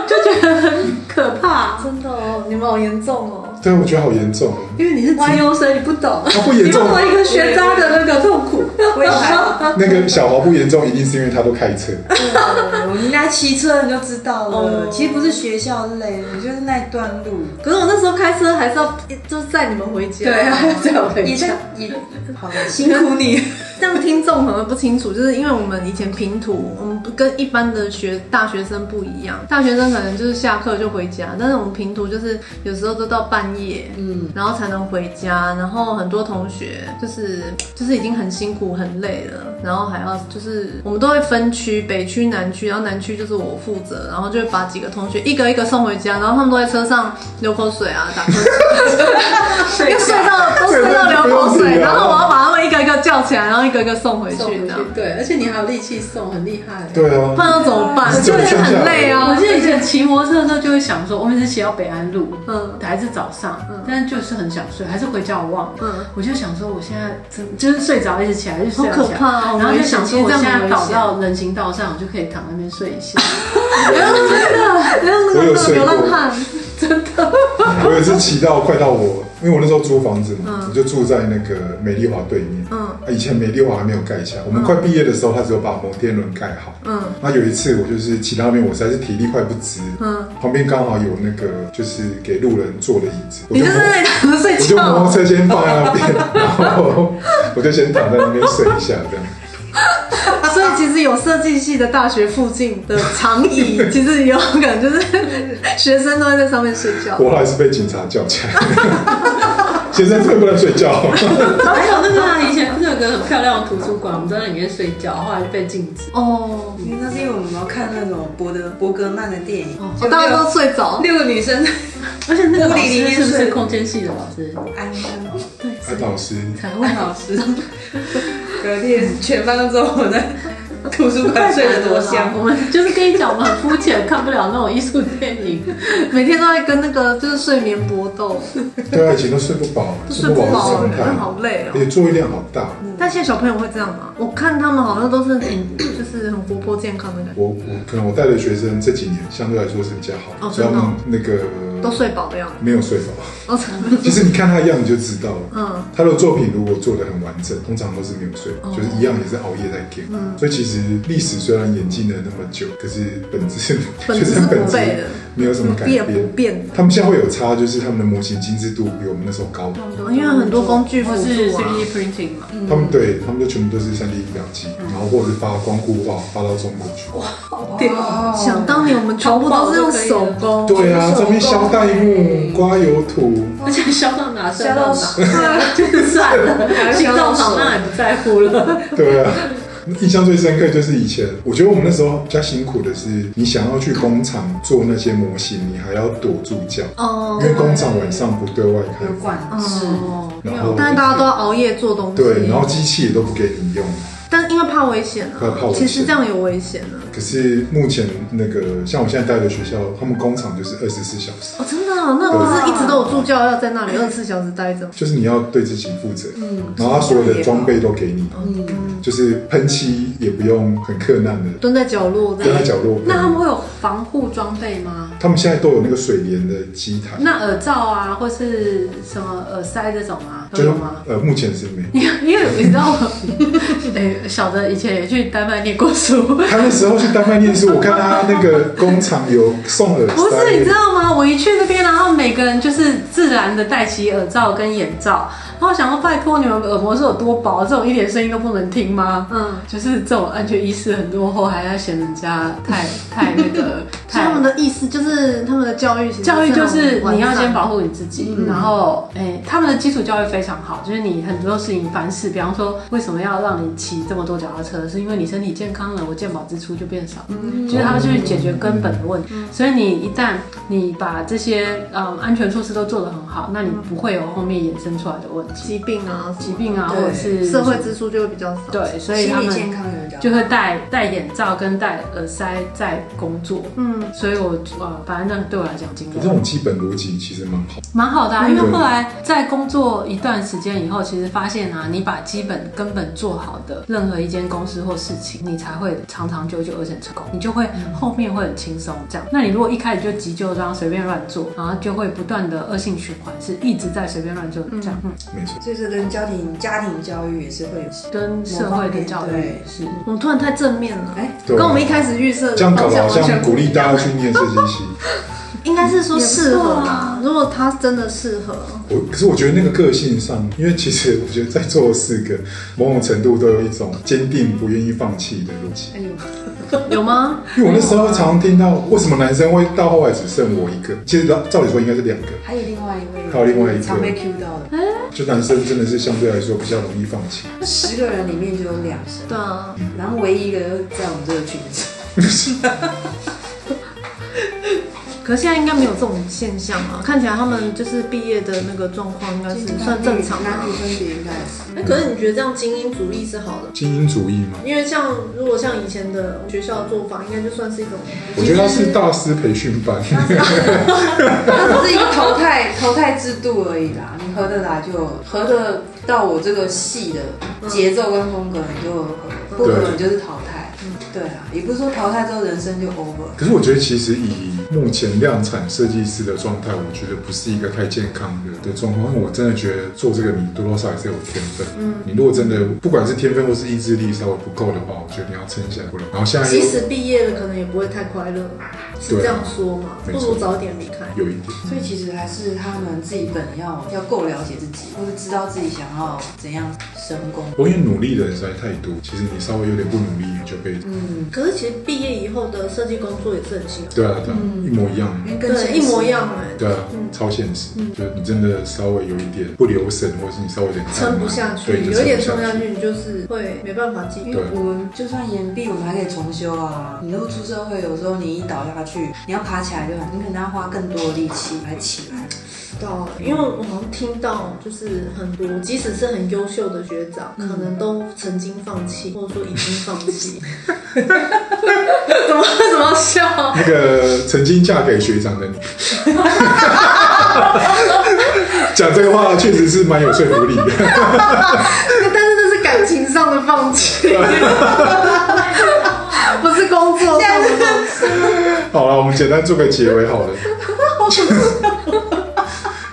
Speaker 2: 就觉得很可怕。
Speaker 3: 真的哦，你们好严重哦。
Speaker 1: 对，我觉得好严 重哦，
Speaker 3: 因为你是挖优生，你 不懂。
Speaker 1: 它不严重，
Speaker 3: 一个学渣的那个痛苦，
Speaker 5: 我也还，
Speaker 1: 那个小豪不严重，一定是因为他都开车。
Speaker 5: 我们家骑车你就知道了
Speaker 3: 哦，
Speaker 5: 其实不是学校累，你就是那一段路。
Speaker 3: 可是我那时候开车还是要，就是载你们回家。
Speaker 5: 对啊
Speaker 3: 载我回
Speaker 5: 也
Speaker 3: 家
Speaker 5: 在。也好辛苦 你，
Speaker 3: 这样听众可能不清楚，就是因为我们以前平图，我们跟一般的学大学生不一样，大学生可能就是下课就回家，但是我们平图就是有时候都到半夜，嗯，然后才能回家，然后很多同学就是就是已经很辛苦很累了，然后还要就是我们都会分区，北区、南区，然后南区就是我负责，然后就会把几个同学一个一个送回家，然后他们都在车上流口水啊，打瞌睡。又睡到都睡到流口 水，然后我要哦把他们一个一个叫起来，然后一个一个送回去，这样，
Speaker 2: 对，而且你还有力气送，很厉害。
Speaker 1: 对啊，
Speaker 3: 不然要怎么办？
Speaker 1: 是这
Speaker 3: 就
Speaker 1: 种
Speaker 3: 是很累
Speaker 2: 我
Speaker 3: 啊。
Speaker 2: 记得以前骑摩托车的时候就会想说，我们是骑到北安路，
Speaker 3: 嗯
Speaker 2: 还是早上，但是就是很想睡，还是回家我忘了，
Speaker 3: 嗯
Speaker 2: 我就想说我现在真就是睡着一直起来，就睡着
Speaker 3: 好可
Speaker 2: 起来
Speaker 3: 怕哦
Speaker 2: 然后就想说我现
Speaker 3: 很
Speaker 2: 在
Speaker 3: 危险
Speaker 2: 倒到人行道上，我就可以躺那边睡一下。
Speaker 3: 那
Speaker 1: 我有
Speaker 3: 个
Speaker 1: 睡
Speaker 3: 流
Speaker 1: 过
Speaker 3: 浪汉，
Speaker 1: 我有一次骑到快到我，因为我那时候租房子嘛，我就住在那个美丽华对面。
Speaker 3: 嗯
Speaker 1: 啊，以前美丽华还没有盖起来，我们快毕业的时候，他只有把摩天轮盖好。
Speaker 3: 嗯，
Speaker 1: 那有一次我就是骑到那边，我实在是体力快不支。
Speaker 3: 嗯，
Speaker 1: 旁边刚好有那个就是给路人坐的椅子，我
Speaker 3: 你
Speaker 1: 就
Speaker 3: 就是
Speaker 1: 摸
Speaker 3: 在躺着睡
Speaker 1: 我就摩托
Speaker 3: 觉，
Speaker 1: 车先放在那边， 然后我就先躺在那边睡一下，这样。
Speaker 3: 所以其实有设计系的大学附近的长 椅，其实有可能就是学生都会在上面睡觉。
Speaker 1: 我还是被警察叫起来。 先生，这个不能睡觉。
Speaker 2: 还有那个啊 以前不是有个很漂亮的图书馆，我们都在里面睡觉，后来被禁止。
Speaker 3: 哦，
Speaker 5: 因为那是因为我们要看那种伯德伯格曼的电影，
Speaker 2: 哦
Speaker 3: 我哦大家都睡着，
Speaker 5: 六个女生
Speaker 2: 而且那个老
Speaker 5: 屋里里
Speaker 2: 师
Speaker 5: 面
Speaker 2: 是不
Speaker 5: 睡
Speaker 2: 是空间系的老师？
Speaker 5: 安 安
Speaker 1: 安老师，
Speaker 2: 台湾老师，
Speaker 5: 隔天全班都知道我在
Speaker 4: 图书馆睡得多香。
Speaker 2: 我们就是跟你讲，我们很肤浅，看不了那种艺术电影。
Speaker 3: 每天都在跟那个就是睡眠搏斗，
Speaker 1: 对啊，以前都睡不饱，
Speaker 3: 睡
Speaker 1: 不
Speaker 3: 不
Speaker 1: 饱
Speaker 3: 饱，
Speaker 1: 是常
Speaker 3: 真的
Speaker 1: 态，
Speaker 3: 好累哦嗯
Speaker 1: 而。且作业量好大。
Speaker 3: 但现在小朋友会这样吗？我看他们好像都是挺就是很活泼健康的感觉，
Speaker 1: 我我可能我带的学生这几年相对来说是比较好，
Speaker 3: 哦
Speaker 1: 只要
Speaker 3: 真的
Speaker 1: 们
Speaker 3: 哦
Speaker 1: 那个
Speaker 3: 都睡饱的样子。
Speaker 1: 没有睡饱。
Speaker 3: 哦，
Speaker 1: 其实你看他的样子就知道了。
Speaker 3: 嗯，哦
Speaker 1: 他的作品如果做的很完整，通常都是没有睡，就是一样也是熬夜在填。
Speaker 3: 嗯
Speaker 1: 所以其实历史虽然演进了那么久，可是本质
Speaker 3: 本
Speaker 1: 学
Speaker 3: 质
Speaker 1: 生
Speaker 3: 是
Speaker 1: 本
Speaker 3: 不
Speaker 1: 质
Speaker 3: 变的，嗯
Speaker 1: 没有什么改
Speaker 3: 变
Speaker 1: 变
Speaker 3: 不。变的，
Speaker 1: 他们现在会有差，就是他们的模型精致度比我们那时候高。
Speaker 3: 因为很多工具辅
Speaker 2: 或是
Speaker 3: 助啊。
Speaker 2: 3D printing 嘛，
Speaker 1: 他们对他们就全部都是三 D 印表机，然后或者是发光固化发到中国去。
Speaker 2: 哦
Speaker 3: 想当年我们全部都是用手工，
Speaker 1: 对啊，这边削带木、刮油土，
Speaker 2: 而且销到哪算
Speaker 5: 笑
Speaker 2: 到
Speaker 5: 到
Speaker 2: 哪， 就是算了，心到脑那也不在乎了。
Speaker 1: 对啊。印象最深刻就是以前，我觉得我们那时候比较辛苦的是，你想要去工厂做那些模型，你还要躲助教，
Speaker 3: 哦
Speaker 1: 因为工厂晚上不对外开
Speaker 5: 有
Speaker 1: 放，
Speaker 5: 管
Speaker 2: 嗯
Speaker 5: 制。
Speaker 3: 哦，
Speaker 1: 然后
Speaker 3: 但是大家都要熬夜做东西，
Speaker 1: 对，然后机器也都不给你用。
Speaker 3: 但因为怕危险啊
Speaker 1: 对怕危，险
Speaker 3: 其实这样有危险啊，
Speaker 1: 可是目前那个像我现在待的学校，他们工厂就是二十四小时，
Speaker 3: 哦，真的啊，那不是一直都有助教要在那里二十四小时待着吗？
Speaker 1: 就是你要对自己负责，
Speaker 2: 嗯
Speaker 1: 然后他所有的装备都给你，就是喷漆也不用很困难的，
Speaker 3: 蹲在角落这
Speaker 1: 蹲在
Speaker 3: 样，
Speaker 1: 角落喷。
Speaker 2: 那他们会有防护装备吗？
Speaker 1: 他们现在都有那个水帘的机台，
Speaker 2: 那耳罩啊，或是什么耳塞这种啊，都
Speaker 1: 就是
Speaker 2: 有吗？
Speaker 1: 呃，目前是没有。
Speaker 2: 因为 因为你知道我，哎，小的以前也去丹麦念过书，
Speaker 1: 他那时候去丹麦念书，我看他那个工厂有送耳塞，
Speaker 2: 不是，你知道吗？我一去那边，然后每个人就是自然的戴起耳罩跟眼罩，然后我想说拜托你们耳膜是有多薄，这种一点声音都不能听吗？嗯，就是这种安全意识很落后，还要嫌人家太太那 个
Speaker 3: 所
Speaker 2: 太
Speaker 3: 以他。们的意思就是他们的教育其实
Speaker 2: 教育就是
Speaker 3: 很完
Speaker 2: 你要
Speaker 3: 善
Speaker 2: 先保护你自己，
Speaker 5: 嗯
Speaker 2: 然后哎、他们的基础教育非常好，就是你很多事情凡事，比方说为什么要让你骑这么多脚踏车，是因为你身体健康了，我健保支出就变少，
Speaker 5: 嗯
Speaker 2: 就是他会去解决根本的问题。所以你一旦你把这些嗯安全措施都做得很好，那你不会有后面衍生出来的问题，
Speaker 3: 疾病啊，
Speaker 2: 疾病啊，或
Speaker 5: 对
Speaker 2: 者是
Speaker 3: 社会支出就会比较少。，
Speaker 2: 对，所以
Speaker 5: 心
Speaker 2: 他
Speaker 5: 理
Speaker 2: 们
Speaker 5: 健康有比较
Speaker 2: 就会戴戴眼罩跟戴耳塞在工作。
Speaker 3: 嗯，
Speaker 2: 所以我呃，反正对我来讲，经
Speaker 1: 这
Speaker 2: 验
Speaker 1: 种基本逻辑其实蛮好。
Speaker 2: 蛮好的、啊，
Speaker 3: 嗯
Speaker 2: 因为后来在工作一段时间以后，其实发现啊，你把基本根本做好的任何一间公司或事情，你才会长长久久而且成功，你就会后面会很轻松这样。那你如果一开始就急就章随便乱做，然后就会不断的恶性循环，是一直在随便乱做这样。嗯，
Speaker 1: 没错，
Speaker 5: 就是跟家庭家庭教育也是会有
Speaker 2: 跟社会的教育也是。
Speaker 3: 我们突然太正面了，
Speaker 5: 哎
Speaker 1: 对啊
Speaker 3: 跟我们一开始预设的
Speaker 1: 这样搞
Speaker 3: 方
Speaker 1: 得
Speaker 3: 向
Speaker 1: 好
Speaker 3: 完全
Speaker 1: 像
Speaker 3: 不
Speaker 1: 鼓励
Speaker 3: 一
Speaker 1: 大
Speaker 3: 样。
Speaker 1: 家去念设计系。
Speaker 3: 应该是说适合
Speaker 2: 也不错
Speaker 3: 啦，如果他真的适合，
Speaker 1: 我可是我觉得那个个性上，因为其实我觉得在座的四个某种程度都有一种坚定不愿意放弃的逻辑。
Speaker 3: 有吗？
Speaker 1: 因为我那时候常常听到，为什么男生会到后来只剩我一个？其实照照理说应该是两个，
Speaker 5: 还有另外一位，
Speaker 1: 还有另外一个
Speaker 5: 常被 Q 到的，
Speaker 2: 哎
Speaker 1: 就男生真的是相对来说比较容易放弃。
Speaker 5: 十个人里面就有两声，
Speaker 3: 对啊，
Speaker 5: 然后唯一一个在我们这个群组，
Speaker 3: 可是现在应该没有这种现象啊，看起来他们就是毕业的那个状况应该是算正常的啊
Speaker 5: 男。女分别应该是
Speaker 3: 哎可是你觉得这样精英主义是好的？
Speaker 1: 精英主义嘛，
Speaker 3: 因为像如果像以前的学校做法，应该就算是一种，
Speaker 1: 我觉得他是大师培训班，
Speaker 5: 它只是一个淘汰淘汰制度而已啦，你合得来就合得到我这个戏的节奏跟风格你就合，不合你就是淘汰。对啊，也不是说淘汰之后人生就 over，
Speaker 1: 可是我觉得其实以目前量产设计师的状态，我觉得不是一个太健康的的状况。因为我真的觉得做这个你多多少少还是有天分。嗯，你如果真的不管是天分或是意志力稍微不够的话，我觉得你要撑起来过来。然后现在
Speaker 3: 即使毕业了，可能也不会太快乐，是这样说嘛？
Speaker 1: 对啊没
Speaker 3: 不
Speaker 1: 错
Speaker 3: 如早点离开。
Speaker 1: 有一点，
Speaker 5: 所以其实还是他们自己本人要要够了解自己，或者知道自己想要怎样深功。
Speaker 1: 我因为努力的人实在太多，其实你稍微有点不努力，你就被
Speaker 7: 可是其实毕业以后的设计工作也是很辛苦，
Speaker 1: 对啊对啊，
Speaker 7: 嗯
Speaker 1: 一模一样。
Speaker 5: 因为跟
Speaker 7: 对，一模一样
Speaker 3: 欸
Speaker 7: 哎、
Speaker 1: 对啊，超现实，
Speaker 7: 嗯
Speaker 1: 就是你真的稍微有一点不留神，或者是你稍微有点
Speaker 7: 撑
Speaker 1: 太
Speaker 7: 不
Speaker 1: 慢
Speaker 7: 下去，
Speaker 1: 对，你就
Speaker 7: 有一点
Speaker 1: 撑
Speaker 7: 撑
Speaker 1: 不
Speaker 7: 不
Speaker 1: 下
Speaker 7: 下
Speaker 1: 去。
Speaker 7: 去，你就是会没办法进
Speaker 5: 因为我们就算延毕，我们还可以重修啊。你都出社会，有时候你一倒下去，你要爬起来就很，你可能要花更多的力气来起来。
Speaker 7: 道欸，因为我好像听到就是很多，即使是很优秀的学长，可能都曾经放弃，或者说已经放 弃。
Speaker 2: 怎么怎么笑？
Speaker 1: 那个曾经嫁给学长的你， 讲这个话确实是蛮有说服力的。
Speaker 3: 但是这是感情上的放弃，不是工作上的放弃。
Speaker 1: 好了，我们简单做个结尾好了。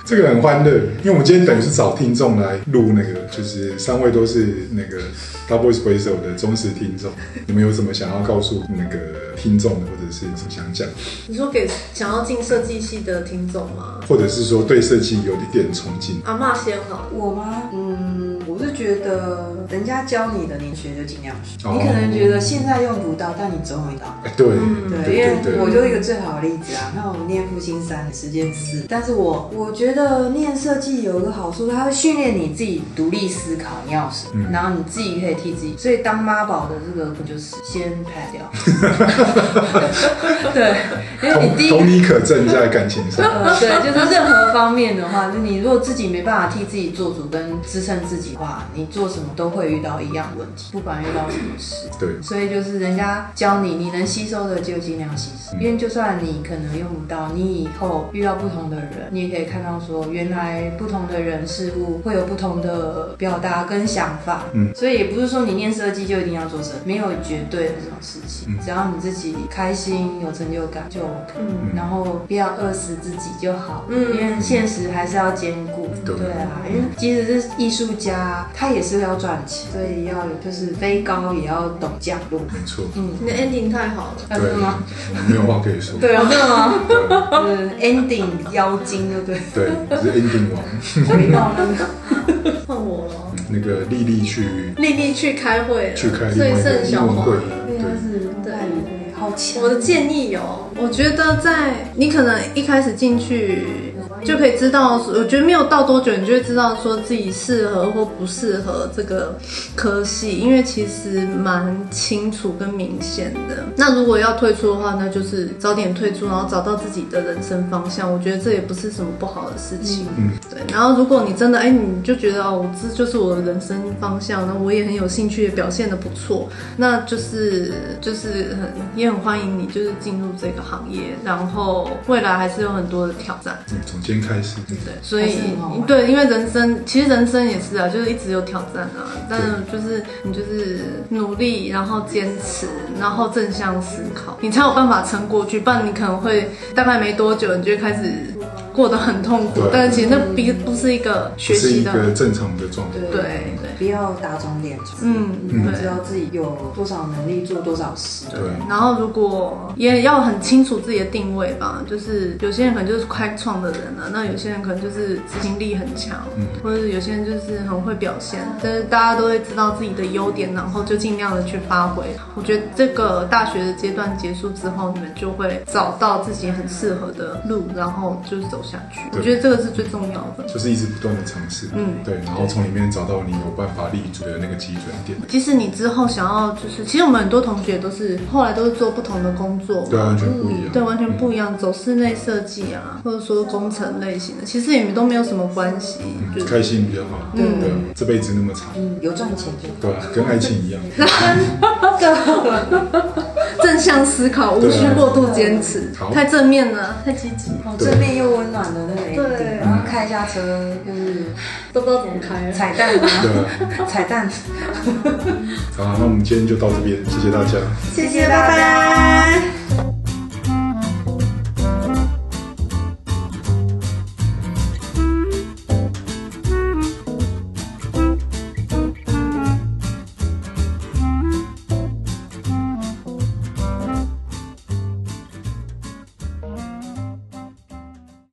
Speaker 1: 这个很欢乐，因为我们今天等于是找听众来录那个，就是三位都是那个 Double Espresso 的忠实听众。你们有什么想要告诉那个听众的，或者是有什么想讲，
Speaker 7: 你说给想要进设计系的听众吗？
Speaker 1: 或者是说对设计有一点憧憬？
Speaker 7: 阿嬷先好了，
Speaker 5: 我吗？ 嗯，我是觉得人家教你的，你学就尽量学。
Speaker 1: 哦
Speaker 5: 你可能觉得现在用不到，但你总有一道。
Speaker 1: 哎，对，
Speaker 5: 嗯对，因为
Speaker 1: 对对对，
Speaker 5: 我就是一个最好的例子啊。那我念复兴三，时间四，但是我我觉得念设计有一个好处，它会训练你自己独立思考你要什么，
Speaker 1: 嗯
Speaker 5: 然后你自己可以替自己。所以当妈宝的这个，我就是先 pass 掉。对， 因为你第
Speaker 1: 同
Speaker 5: 一个
Speaker 1: 同理可证在感情 上。
Speaker 5: 呃，对，就是任何方面的话，就你如果自己没办法替自己做主跟支撑自己的话，你做什么都会遇到一样问题，不管遇到什么事。
Speaker 1: 对
Speaker 5: 所以就是人家教你，你能吸收的就尽量吸收，
Speaker 1: 嗯
Speaker 5: 因为就算你可能用不到，你以后遇到不同的人，你也可以看到说，原来不同的人事物会有不同的表达跟想法。
Speaker 1: 嗯
Speaker 5: 所以也不是说你念设计就一定要做设计，没有绝对的这种事情，
Speaker 1: 嗯
Speaker 5: 只要你自己开心有成就感就 OK。
Speaker 7: 嗯
Speaker 5: 然后不要饿死自己就好，
Speaker 7: 嗯
Speaker 5: 因为现实还是要兼顾，
Speaker 1: 对
Speaker 5: 啊，因为即使是艺术家，他也是要赚钱，所以要有就是飞高也要懂降落，
Speaker 1: 没错，
Speaker 7: 你的 ending 太好了，
Speaker 5: 啊
Speaker 1: 对
Speaker 5: 嗯真的吗？，
Speaker 1: 我没有话可以说。
Speaker 5: 对啊，真的吗？嗯，ending 妖精对不 嗯对？
Speaker 1: 对，我是 ending 王。
Speaker 5: 回到那个
Speaker 7: 换我了。
Speaker 1: 那个丽丽去
Speaker 7: 丽丽去开会了，
Speaker 1: 去开另
Speaker 7: 所
Speaker 1: 外
Speaker 7: 以
Speaker 1: 一个
Speaker 7: 剩
Speaker 1: 英
Speaker 7: 小
Speaker 1: 文
Speaker 7: 华
Speaker 1: 会
Speaker 7: 了。
Speaker 1: 议，
Speaker 7: 对
Speaker 1: 对，
Speaker 5: 对，好强
Speaker 7: 我的建议哦，
Speaker 3: 我觉得在你可能一开始进去就可以知道，我觉得没有到多久，你就会知道说自己适合或不适合这个科系，因为其实蛮清楚跟明显的。那如果要退出的话，那就是早点退出，然后找到自己的人生方向。我觉得这也不是什么不好的事情。
Speaker 7: 嗯
Speaker 3: 对，然后如果你真的哎，你就觉得哦，我这就是我的人生方向，那我也很有兴趣，也表现的不错，那就是就是很也很欢迎你，就是进入这个行业，然后未来还是有很多的挑战，
Speaker 1: 嗯从今天开始，
Speaker 3: 对，所
Speaker 5: 还
Speaker 3: 以
Speaker 5: 是很好玩
Speaker 3: 对，因为人生其实人生也是啊，就是一直有挑战啊，但就是你就是努力，然后坚持，然后正向思考，你才有办法撑过去，不然你可能会大概没多久，你就会开始。过得很痛苦
Speaker 1: 对，
Speaker 3: 但其实那并不是一个学
Speaker 1: 不是
Speaker 3: 习
Speaker 1: 一
Speaker 3: 的
Speaker 1: 个正常的状态。
Speaker 5: 对
Speaker 3: 对对，
Speaker 5: 不要打肿脸充
Speaker 3: 嗯
Speaker 5: 你
Speaker 3: 对
Speaker 5: 知道自己有多少能力做多少事，
Speaker 1: 对，
Speaker 3: 然后如果也要很清楚自己的定位吧，就是有些人可能就是开创的人啊，那有些人可能就是执行力很强，或者是有些人就是很会表现，但是大家都会知道自己的优点，然后就尽量的去发挥。我觉得这个大学的阶段结束之后，你们就会找到自己很适合的路，然后就是走下去。我
Speaker 1: 对
Speaker 3: 觉得这个是最重要的。
Speaker 1: 就是一直不断的尝试，
Speaker 3: 嗯
Speaker 1: 对，然后从里面找到你有办法立足的那个基准点。
Speaker 3: 即使你之后想要，就是其实我们很多同学都是后来都是做不同的工作，
Speaker 1: 对，啊完全不一样。
Speaker 3: 对，完全不一样，走室内设计啊，或者说工程类型的，其实也都没有什么关系。就
Speaker 1: 嗯开心比较好。对，啊这辈子那么长，
Speaker 5: 嗯，有赚钱就好。
Speaker 1: 对啊，跟爱情一样。
Speaker 3: 正向思考，无需过度坚持
Speaker 1: 好，
Speaker 3: 太正面了，太积极。
Speaker 5: 好
Speaker 1: 对
Speaker 5: 正面又温暖的那个
Speaker 7: 哦
Speaker 5: ending，
Speaker 7: 对
Speaker 5: 然后开一下车就是
Speaker 7: 都不知道怎么开了。
Speaker 5: 彩蛋
Speaker 1: 对
Speaker 5: 啊，
Speaker 1: 啊，
Speaker 5: 彩蛋，
Speaker 1: 好，那我们今天就到这边，谢谢大家。
Speaker 5: 谢谢，拜拜。